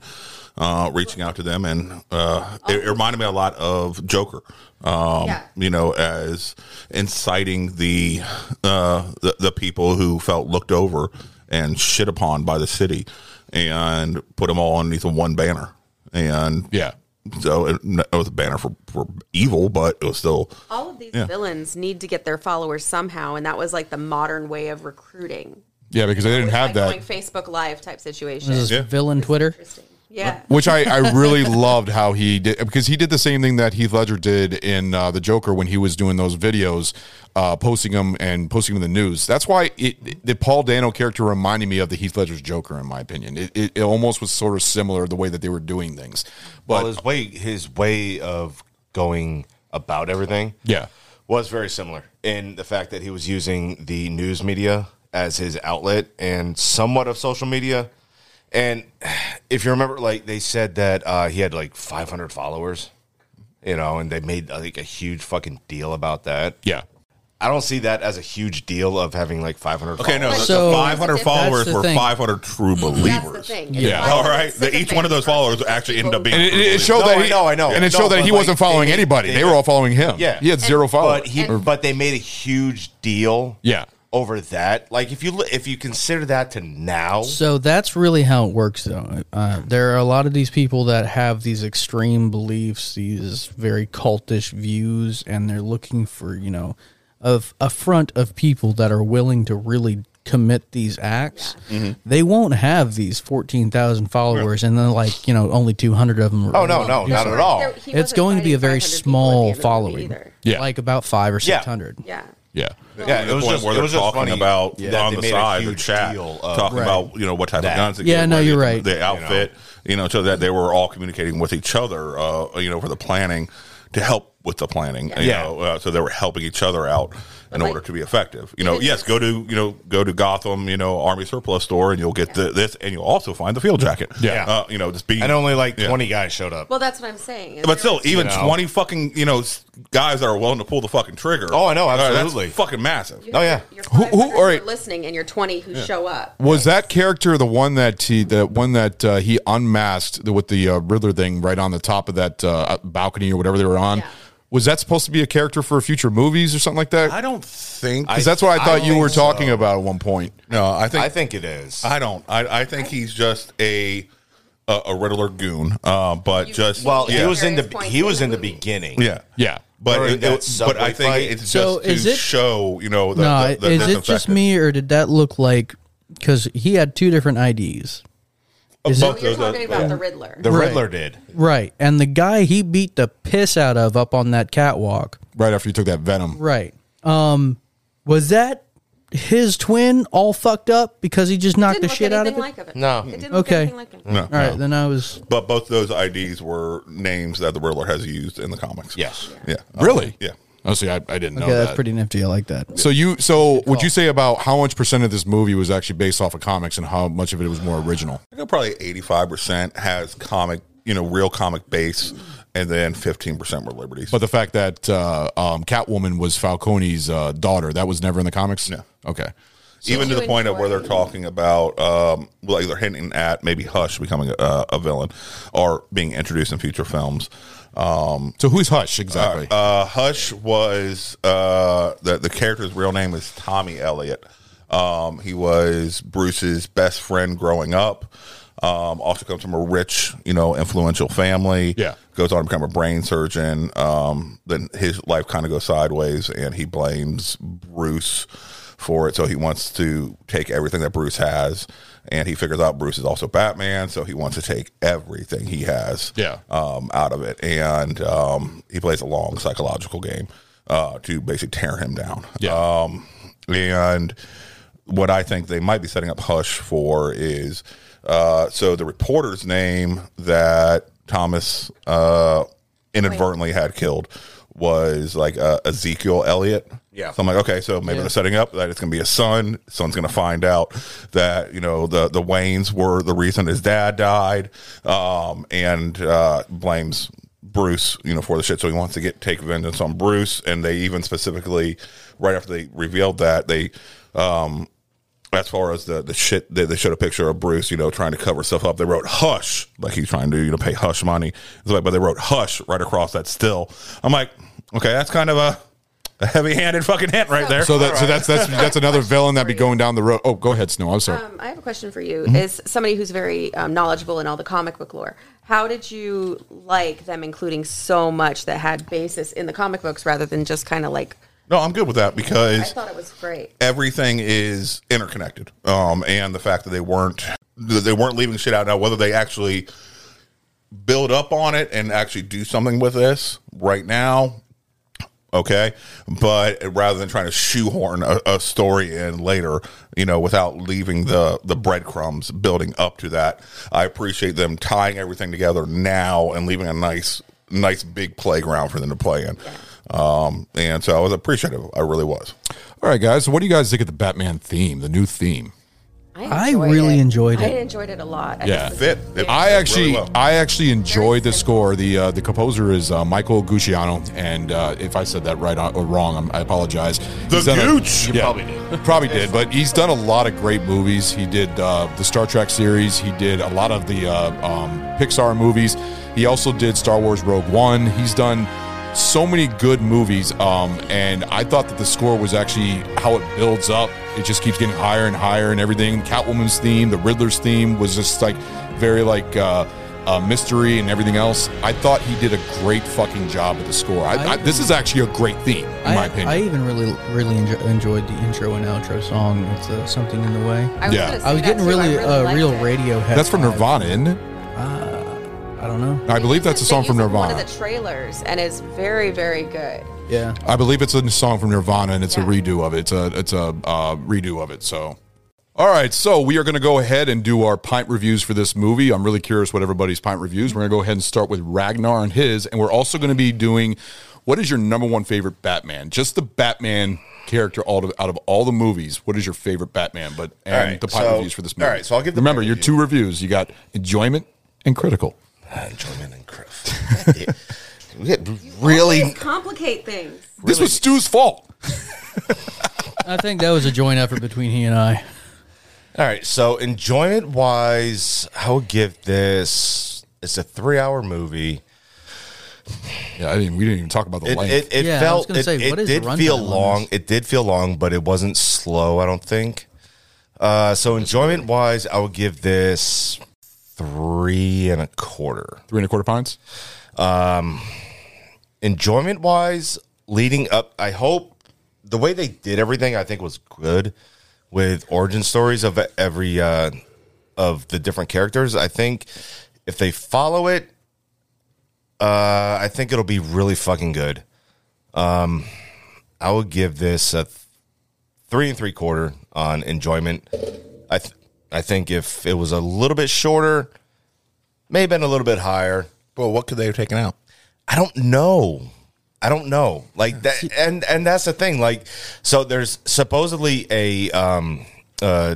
uh, reaching out to them, and uh, it, it reminded me a lot of Joker, um,
Yeah.
you know, as inciting the, uh, the the people who felt looked over and shit upon by the city, and put them all underneath one banner, and
Yeah.
So it, it was a banner for, for evil, but it was still
all of these
Yeah.
villains need to get their followers somehow, and that was like the modern way of recruiting.
yeah, because they didn't have
Like
that.
going Facebook Live type situation.
This is villain Twitter.
Interesting. Yeah.
Which I, I really loved how he did because he did the same thing that Heath Ledger did in uh, the Joker when he was doing those videos, uh, posting them and posting them in the news. That's why it, the Paul Dano character reminded me of the Heath Ledger's Joker in my opinion. It, it, it almost was sort of similar the way that they were doing things. But
well, his way his way of going about everything,
yeah,
was very similar in the fact that he was using the news media as his outlet and somewhat of social media. And if you remember, like they said that uh, he had like 500 followers, you know, and they made like a huge fucking deal about that.
Yeah.
I don't see that as a huge deal of having like 500.
Okay, no,
followers.
the- the 500 followers were 500 true believers.
thing. It's
Yeah.
like-
All right. That each one of those followers actually ended up being.
And it,
true
it- it
believers.
showed
No,
that
I
he,
know, I know.
and it
No,
showed that
but
he
like,
wasn't following
they-
anybody.
they-
They, were all following him.
Yeah.
he had zero followers.
But he,
Or-
but they made a huge deal.
Yeah.
Over that, like if you li- if you consider that to now,
So that's really how it works, though. Uh, there are a lot of these people that have these extreme beliefs, these very cultish views, and they're looking for you know, of a front of people that are willing to really commit these acts.
Mm-hmm.
They won't have these fourteen thousand followers, and then like you know, only two hundred of them. Are
Oh, no, no, not at all.
There- he
it's
wasn't
going to be a very
fighting 500 people at
small
the end of the movie
following,
either.
Yeah.
like about five or
Yeah.
six hundred.
Yeah.
yeah.
yeah,
the point where
it
they're
was just
talking
funny
about
that
on
they
the
made a
side the
huge
chat,
deal of-
talking
Right.
about you know what type
That.
of guns. They
Yeah,
get,
no,
whether
you're
the-
right.
The outfit, you know, so that they were all communicating with each other, uh, you know, for the planning to help with the planning. You
Yeah.
know, uh, so they were helping each other out in
like-
order to be effective. You know,
Even
yes,
just-
go to you know go to Gotham, you know, Army surplus store, and you'll get the, this, and you'll also find the field jacket.
Yeah.
uh, you know, just be
and only like
Yeah.
20 guys showed up.
Well, that's what I'm saying. is
But
there
e-
still,
was-
even
You know.
twenty fucking you know s- guys that are willing to pull the fucking trigger.
Oh, I know,
Uh, that's
absolutely.
fucking massive.
oh yeah,
You're
Who- who-
500
all right.
who are listening, and you're 20 who show up.
Was that character the one that he the one that uh, he unmasked with the uh, Riddler thing right on the top of that uh, balcony or whatever they were on?
Yeah.
Was that supposed to be a character for future movies or something like that?
I don't think.
Because that's what I
I
thought you
think
were talking
so.
about at one point.
no, I think
I think it is.
I don't. I, I think he's just a a, a Riddler goon. Uh, but
You-
just
well,
yeah,
he was in
Various
the
points
he
in
was
the
in the
movie.
beginning.
yeah,
Yeah.
But
During
it,
that
it- but I
subway
think
fight.
it's just
So
to
is it-
show you know the,
no,
the, the
is it just
disinfectant.
me or did that look like? Because he had two different IDs, Is
Both
it-
You're
those are-
talking about the Riddler.
The
Right.
Riddler did.
right? And the guy he beat the piss out of up on that catwalk,
Right after you took that Venom.
right? Um, was that his twin all fucked up because he just knocked
didn't
the
look
shit out of
anything
it?
like of it.
No.
It didn't
Okay.
look anything like him.
No,
all right, then I was
but both those IDs were names that the Riddler has used in the comics.
Yes.
Yeah.
Really?
Yeah.
Oh, see, I, I didn't know
okay.
that.
That's pretty nifty. I like that.
So you, so would you say about how much percent of this movie was actually based off of comics and how much of it was more original?
I think probably eighty five percent has comic, you know, real comic base, and then fifteen percent were liberties.
But the fact that uh, um, Catwoman was Falcone's uh, daughter, that was never in the comics?
No.
Okay.
even to
Did
the
you
point of where they're
enjoy-
talking about um well, like they're hinting at maybe hush becoming a, a villain or being introduced in future films um
So who's Hush exactly?
uh hush was uh the, the character's real name is tommy elliott um he was bruce's best friend growing up um also comes from a rich you know influential family
Yeah.
goes on to become a brain surgeon um then his life kind of goes sideways and he blames bruce for it so he wants to take everything that bruce has and he figures out bruce is also batman so he wants to take everything he has
Yeah.
um, out of it, and um, he plays a long psychological game uh, to basically tear him down.
Yeah.
Um, and what I think they might be setting up Hush for is uh, so the reporter's name that Thomas uh, inadvertently had killed was like uh, Ezekiel Elliott.
Yeah.
So I'm like, okay, so maybe they're setting up that it's going to be a son. Son's going to find out that you know the the Waynes were the reason his dad died, um, and uh, blames Bruce, you know, for the shit. So he wants to get take vengeance on Bruce, and they even specifically right after they revealed that they. Um, as far as the the shit they, they showed a picture of Bruce, you know, trying to cover stuff up. They wrote hush, like he's trying to you know pay hush money. It's like, but they wrote hush right across that still. I'm like, okay, that's kind of a, a heavy handed fucking hint right there.
so that so that's that's that's another villain that'd be going down the road. Oh, go ahead, Snow. I'm sorry.
Um, I have a question for
Mm-hmm.
you. Is somebody who's very um, knowledgeable in all the comic book lore, how did you like them including so much that had basis in the comic books rather than just kind of like?
no, I'm good with that
I
because
thought it was great.
everything is interconnected. Um, and the fact that they weren't that they weren't leaving shit out now, whether they actually build up on it and actually do something with this right now. Okay, but rather than trying to shoehorn a, a story in later, you know, without leaving the the breadcrumbs building up to that, I appreciate them tying everything together now and leaving a nice nice big playground for them to play in. Um, and so I was appreciative. I really was.
All right, guys. So what do you guys think of the Batman theme? The new theme.
I, really enjoyed
I
it.
enjoyed it a lot. I
yeah,
just-
I actually, I actually enjoyed the score. the uh, The composer is uh, Michael Gucciano, and uh, if I said that right or wrong, I'm, I apologize.
The
done a-
Gooch! You
probably did.
probably did. But he's done a lot of great movies. He did uh, the Star Trek series. He did a lot of the uh, um, Pixar movies. He also did Star Wars Rogue One. He's done so many good movies. Um, and I thought that the score was actually how it builds up. It just keeps getting higher and higher and everything. Catwoman's theme, the Riddler's theme was just like very like. Uh, uh, mystery and everything else. I thought he did a great fucking job with the score. I, I, this is actually a great theme, in
I,
my opinion.
I even really, really enjo- enjoyed the intro and outro song. It's uh, something in the way.
I was Yeah. gonna say
I was
that
getting
too. I
really,
really
uh,
liked
real
it.
Radiohead.
That's from
vibes.
Nirvana, isn't it?
I don't know.
I believe that's a song from
One
Nirvana.
of the trailers, and it's very, very good.
Yeah.
I believe it's a song from Nirvana, and it's a redo of it. It's a it's a uh, redo of it. So, all right. So we are going to go ahead and do our pint reviews for this movie. I'm really curious what everybody's pint reviews. We're going to go ahead and start with Ragnar and his, and we're also going to be doing what is your number one favorite Batman? Just the Batman character all of, out of all the movies. What is your favorite Batman? But and
All right,
the pint
so-
reviews for this movie.
all right, so I'll give the
remember
pint
your
review.
two reviews. You got enjoyment and critical.
enjoyment and critical. We had really,
Always complicate things.
This was Stu's fault.
I think that was a joint effort between he and I.
All right, so enjoyment wise, I would give this. It's a three-hour movie.
Yeah, I mean, we didn't even talk about the
It,
length.
it, it
Yeah, I was
felt
gonna
it,
say,
it
what is the
did feel
runtime on
long. It did feel long, but it wasn't slow. I don't think. Uh, so enjoyment wise, I would give this three and a quarter.
Three and a quarter pints.
Um, enjoyment wise, leading up, I hope the way they did everything, I think was good with origin stories of every uh, of the different characters. I think if they follow it, uh, I think it'll be really fucking good. Um, I would give this a th- three and three quarter on enjoyment. I th- I think if it was a little bit shorter, may have been a little bit higher.
Well, what could they have taken out?
I don't know. I don't know. Like that, and and that's the thing. Like, so there's supposedly a um uh,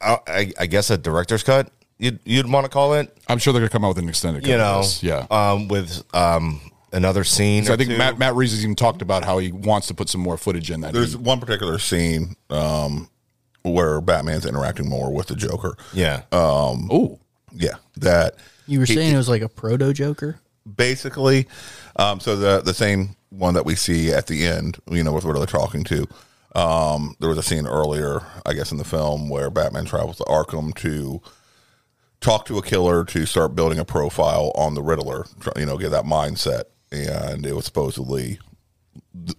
I, I guess a director's cut. You'd you'd want to call it.
I'm sure they're gonna come out with an extended. cut
You
of
know,
this. yeah.
Um, with um another scene.
So I
or
think
two.
Matt Matt Reeves even talked about how he wants to put some more footage in that.
There's one particular scene um, where Batman's interacting more with the Joker.
Yeah.
Um,
oh,
yeah. That
You were
he-
saying it was like a proto Joker.
basically. Um, so the the same one that we see at the end, you know, with what they're talking to. Um, there was a scene earlier, I guess, in the film where Batman travels to Arkham to talk to a killer to start building a profile on the Riddler. tr- You know, get that mindset, and it was supposedly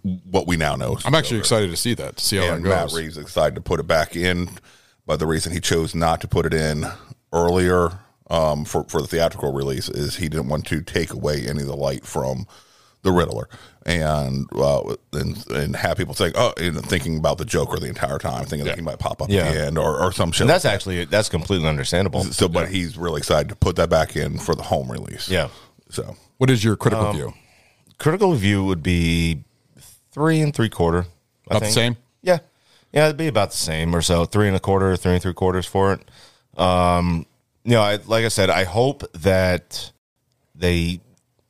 th- what we now know. is
I'm actually
Joker.
excited to see that. To see how
and
that
Matt
goes.
Reeves decided to put it back in, but the reason he chose not to put it in earlier um, for for the theatrical release is he didn't want to take away any of the light from the Riddler, and uh, and and have people think oh, you know, thinking about the Joker the entire time, thinking that he might pop up
Yeah.
at the end or, or some shit.
And
like
that's actually that's completely understandable.
that. so, but he's really excited to put that back in for the home release.
Yeah.
So
What is your critical
Um,
view?
critical view would be three and three quarter. I
About the
think.
same?
Yeah. Yeah, it'd be about the same or so. Three and a quarter, three and three quarters for it. Um, you know, I, like I said, I hope that they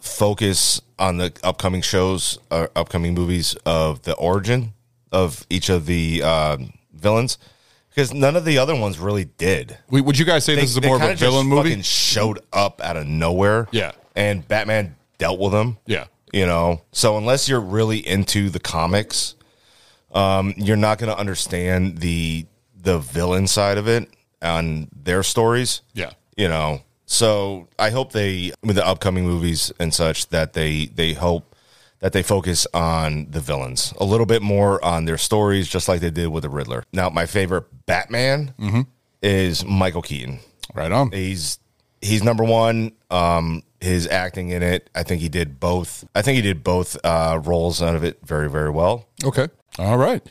focus on the upcoming shows or upcoming movies of the origin of each of the um villains because none of the other ones really did.
Wait, Would you guys say
They-
this is
they
more of a
kinda just
villain movie?
fucking showed up out of nowhere.
Yeah.
And Batman dealt with them.
Yeah.
You know, so unless you're really into the comics, um, you're not going to understand the the villain side of it on their stories.
Yeah.
You know, so I hope they with the upcoming movies and such that they they hope that they focus on the villains a little bit more on their stories, just like they did with the Riddler. Now, my favorite Batman is Michael Keaton.
Right on.
He's he's number one. Um, his acting in it. I think he did both. I think he did both uh, roles out of it very, very well.
Okay. All right.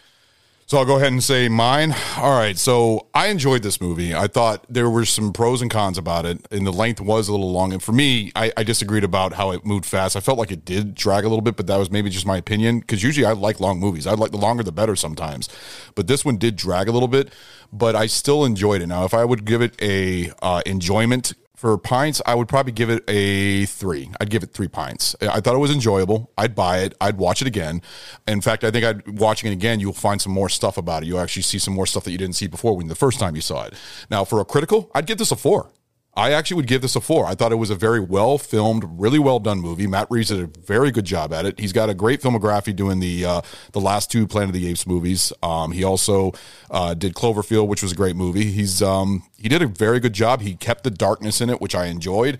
So I'll go ahead and say mine. All right. So I enjoyed this movie. I thought there were some pros and cons about it, and the length was a little long. And for me, I, I disagreed about how it moved fast. I felt like it did drag a little bit, but that was maybe just my opinion because usually I like long movies. I like the longer the better sometimes, but this one did drag a little bit. But I still enjoyed it. Now, if I would give it a uh, enjoyment for pints, I would probably give it a three. I'd give it three pints. I thought it was enjoyable. I'd buy it. I'd watch it again. In fact, I think I'd watching it again. You'll find some more stuff about it. You'll actually see some more stuff that you didn't see before when the first time you saw it. Now, for a critical, I'd give this a four. I actually would give this a four. I thought it was a very well filmed, really well done movie. Matt Reeves did a very good job at it. He's got a great filmography doing the uh, the last two Planet of the Apes movies. Um, he also uh, did Cloverfield, which was a great movie. He's um, he did a very good job. He kept the darkness in it, which I enjoyed.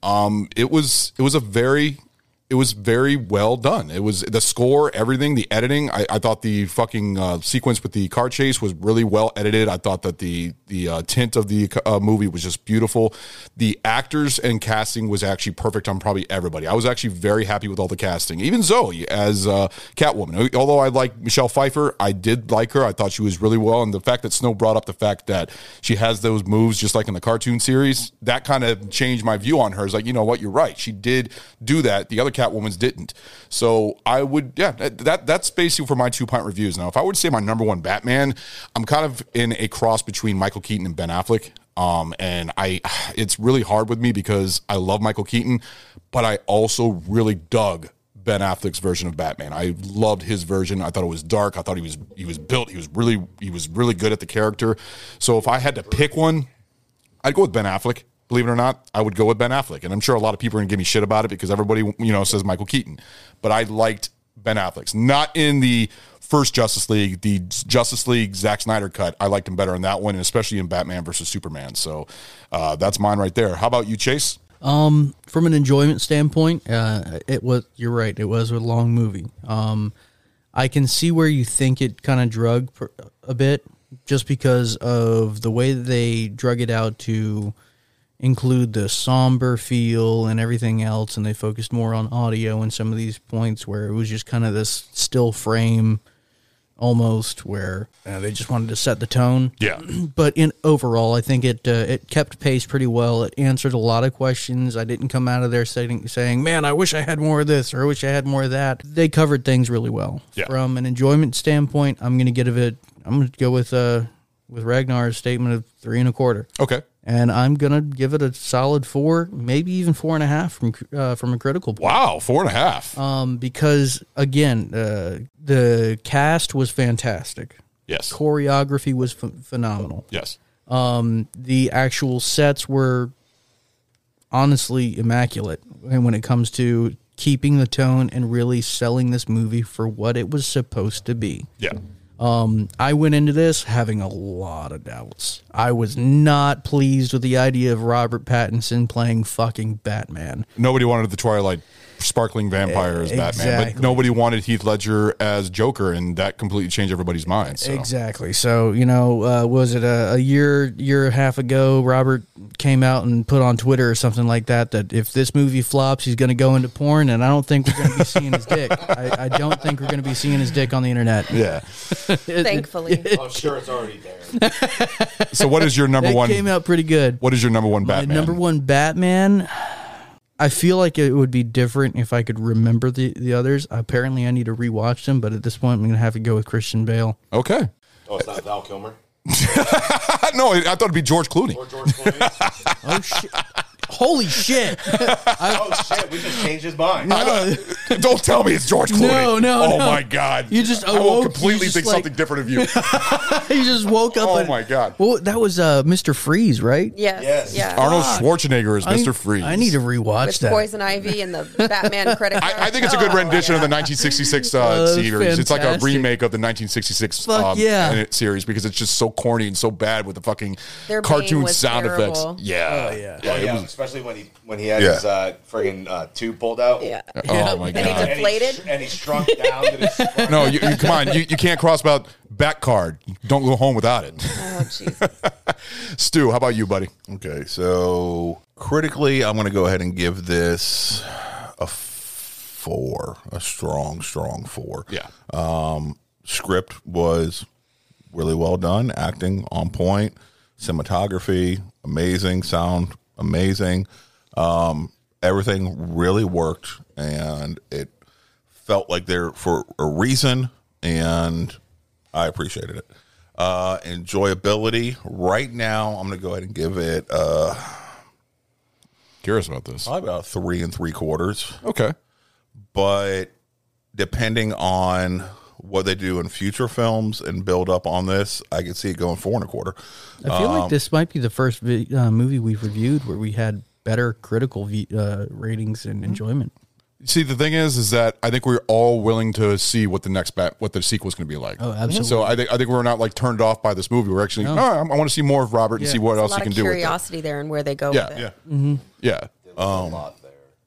Um, it was it was a very it was very well done. It was the score, everything, the editing. I, I thought the fucking uh, sequence with the car chase was really well edited. I thought that the the uh, tint of the uh, movie was just beautiful. The actors and casting was actually perfect on probably everybody. I was actually very happy with all the casting, even Zoe as uh, Catwoman. Although I like Michelle Pfeiffer, I did like her. I thought she was really well, and the fact that Snow brought up the fact that she has those moves just like in the cartoon series, that kind of changed my view on her. It's like you know what, you're right. She did do that. The other Catwoman's didn't. So I would, yeah, that that's basically for my two pint reviews. Now, if I would say my number one Batman, I'm kind of in a cross between Michael Keaton and Ben Affleck. Um, and I, it's really hard with me because I love Michael Keaton, but I also really dug Ben Affleck's version of Batman. I loved his version. I thought it was dark. I thought he was he was built. He was really he was really good at the character. So if I had to pick one, I'd go with Ben Affleck believe it or not, I would go with Ben Affleck. And I'm sure a lot of people are going to give me shit about it because everybody, you know, says Michael Keaton. But I liked Ben Affleck's. Not in the first Justice League, the Justice League Zack Snyder cut. I liked him better in that one, and especially in Batman versus Superman. So uh, that's mine right there. How about you, Chase?
Um, from an enjoyment standpoint, uh, it was, you're right, it was a long movie. Um, I can see where you think it kind of drug per, a bit just because of the way they drug it out to include the somber feel and everything else and they focused more on audio and some of these points where it was just kind of this still frame almost where uh, they just wanted to set the tone
yeah
but in overall i think it uh, it kept pace pretty well it answered a lot of questions i didn't come out of there saying saying man i wish i had more of this or i wish i had more of that they covered things really well
yeah.
from an enjoyment standpoint i'm gonna get of it i'm gonna go with uh with ragnar's statement of three and a quarter
okay
and I'm gonna give it a solid four, maybe even four and a half from uh, from a critical point.
Wow, four and a half.
Um, because again, uh, the cast was fantastic.
Yes,
choreography was ph- phenomenal.
Yes,
um, the actual sets were honestly immaculate, and when it comes to keeping the tone and really selling this movie for what it was supposed to be.
Yeah.
Um, I went into this having a lot of doubts. I was not pleased with the idea of Robert Pattinson playing fucking Batman.
Nobody wanted the Twilight sparkling vampire as exactly. Batman, but nobody wanted Heath Ledger as Joker, and that completely changed everybody's minds. So.
Exactly. So you know, uh, was it a, a year, year and a half ago? Robert came out and put on Twitter or something like that that if this movie flops, he's going to go into porn, and I don't think we're going to be seeing his dick. I, I don't think we're going to be seeing his dick on the internet.
Yeah.
It, Thankfully,
it, it, I'm sure it's already there.
so, what is your number
it
one?
Came out pretty good.
What is your number one Batman?
My number one Batman. I feel like it would be different if I could remember the, the others. Apparently, I need to rewatch them, but at this point, I'm going to have to go with Christian Bale.
Okay.
Oh, it's not Val Kilmer.
no, I thought it'd be George Clooney.
Or George Clooney.
oh shit! Holy shit!
I, oh shit! We just changed his mind.
No. Don't, don't, tell me it's George Clooney.
Uh, No, no.
Oh
no.
my god!
You just awoke,
I will completely think
like,
something different of you.
you just woke up.
Oh and, my god!
Well, that was uh, Mr. Freeze, right?
Yes. Yes. yes.
Arnold Schwarzenegger is
I,
Mr. Freeze.
I need to rewatch
With
that.
Poison Ivy and the Batman credit.
I, I, think it's a good rendition oh, yeah. of the 1966 uh, uh, series. Fantastic. It's like a remake of the 1966
Fuck,
um,
yeah.
series because it's just so corny and so bad with the fucking Their cartoon sound terrible. effects. Yeah.
Oh, yeah. yeah, yeah
especially when he when he had
Yeah.
his uh, friggin' uh, tube pulled out. Yeah.
Oh, my
And
God.
he deflated, and he, shrunk down. to his
No, you, you come on. You, you can't cross about back card. Don't go home without it.
Oh,
Stu, how about you, buddy?
Okay, so critically, I'm going to go ahead and give this a f- four, a strong, strong four.
Yeah.
Um, script was really well done, acting on point, cinematography amazing, sound amazing. Um, everything really worked, and it felt like they're for a reason, and I appreciated it. Uh, enjoyability. Right now, I'm going to go ahead and give it. Uh,
Curious about this.
Probably about three and three quarters.
Okay,
but depending on what they do in future films and build up on this, I could see it going four and a quarter.
I feel
Um,
like this might be the first vi- uh, movie we've reviewed where we had better critical v- uh, ratings
Mm-hmm.
and enjoyment.
See, the thing is, is that I think we're all willing to see what the next bat, what the sequel's going to be like.
Oh, absolutely.
So I think I think we're not like turned off by this movie. We're actually,
No.
all right, I'm- I want to see more of Robert and see what
There's
else
a
he
lot
can
of
do. With it.
curiosity there and where they go
Yeah,
with it.
yeah.
Mhm.
Yeah.
Um,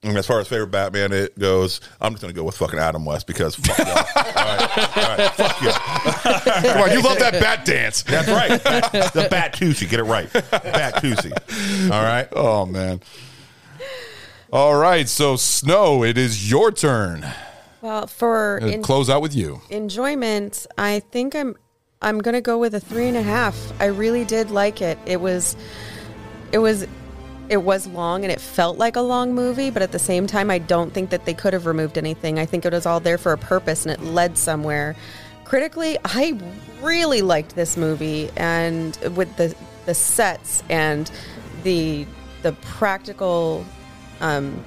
I mean, as far as favorite Batman it goes, I'm just going to go with fucking Adam West because fuck y'all. all right, all right, fuck you.
Come on, you love that bat dance.
That's right. Bat- the Bat Toosie. Get it right. Bat Toosie. All right.
Oh man. All right. So Snow, it is your turn.
Well, for
Uh, Close out with you.
enjoyment, I think I'm I'm gonna go with a three and a half. I really did like it. It was it was it was long and it felt like a long movie, but at the same time I don't think that they could have removed anything. I think it was all there for a purpose and it led somewhere. Critically, I really liked this movie and with the the sets and the the practical um,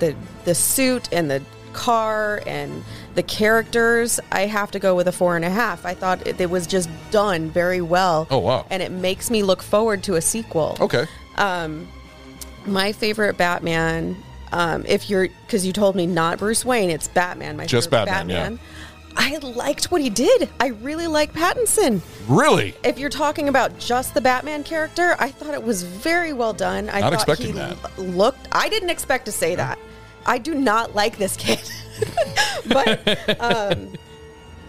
the the suit and the car and the characters, I have to go with a four and a half. I thought it, it was just done very well.
Oh, wow.
And it makes me look forward to a sequel.
Okay.
Um, my favorite Batman. Um, if you're because you told me not Bruce Wayne, it's Batman. My
Just
favorite
Batman, yeah.
I liked what he did. I really like Pattinson.
Really?
If you're talking about just the Batman character, I thought it was very well done. I
Not
thought
expecting
he
that.
l- looked. I didn't expect to say that. I do not like this kid, but um,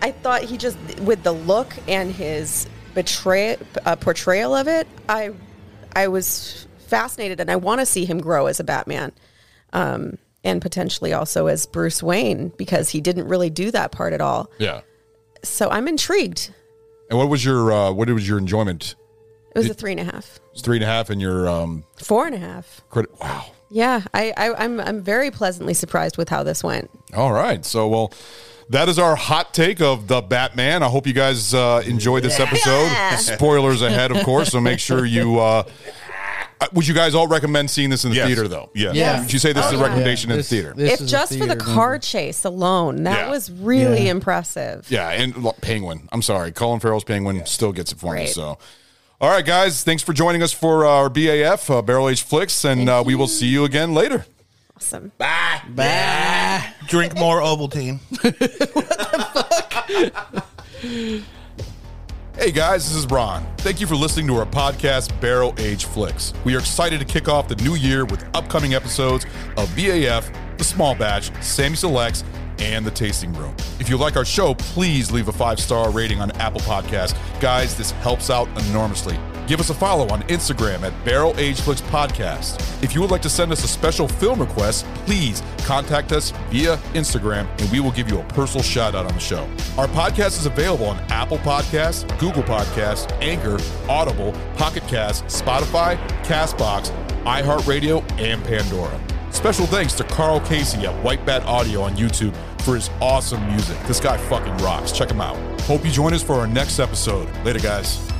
I thought he just with the look and his betray uh, portrayal of it. I I was fascinated, and I want to see him grow as a Batman. Um, and potentially also as Bruce Wayne because he didn't really do that part at all.
Yeah.
So I'm intrigued.
And what was your uh, what was your enjoyment?
It was a three and a half,
It's three and a half, and your um,
four and a half.
credit. Wow.
Yeah, I, I I'm I'm very pleasantly surprised with how this went.
All right. So, well, that is our hot take of the Batman. I hope you guys uh, enjoyed this episode.
Yeah.
Spoilers ahead, of course. So make sure you. Uh, uh, would you guys all recommend seeing this in the theater, though?
Yes.
Yes.
Would you say this
Oh,
is a
yeah.
recommendation in
This-
the theater?
this
if
is a
just for the
theater
car chase alone, that
Yeah.
was really
Yeah.
impressive.
Yeah, and look, Penguin. I'm sorry, Colin Farrell's Penguin still gets it for me.
Great.
So, all right, guys, thanks for joining us for our BAF uh, Barrel Age Flicks, and uh, we will see you again later.
Awesome.
Bye.
Bye.
Drink more Ovaltine.
Hey guys, this is Ron. Thank you for listening to our podcast, Barrel Age Flicks. We are excited to kick off the new year with upcoming episodes of VAF, The Small Batch, Sammy Selects, and The Tasting Room. If you like our show, please leave a five star rating on Apple Podcasts. Guys, this helps out enormously. Give us a follow on Instagram at Barrel Age Flicks Podcast. If you would like to send us a special film request, please contact us via Instagram and we will give you a personal shout out on the show. Our podcast is available on Apple Podcasts, Google Podcasts, Anchor, Audible, Pocket Cast, Spotify, Castbox, iHeartRadio, and Pandora. Special thanks to Carl Casey at White Bat Audio on YouTube for his awesome music. This guy fucking rocks. Check him out. Hope you join us for our next episode. Later, guys.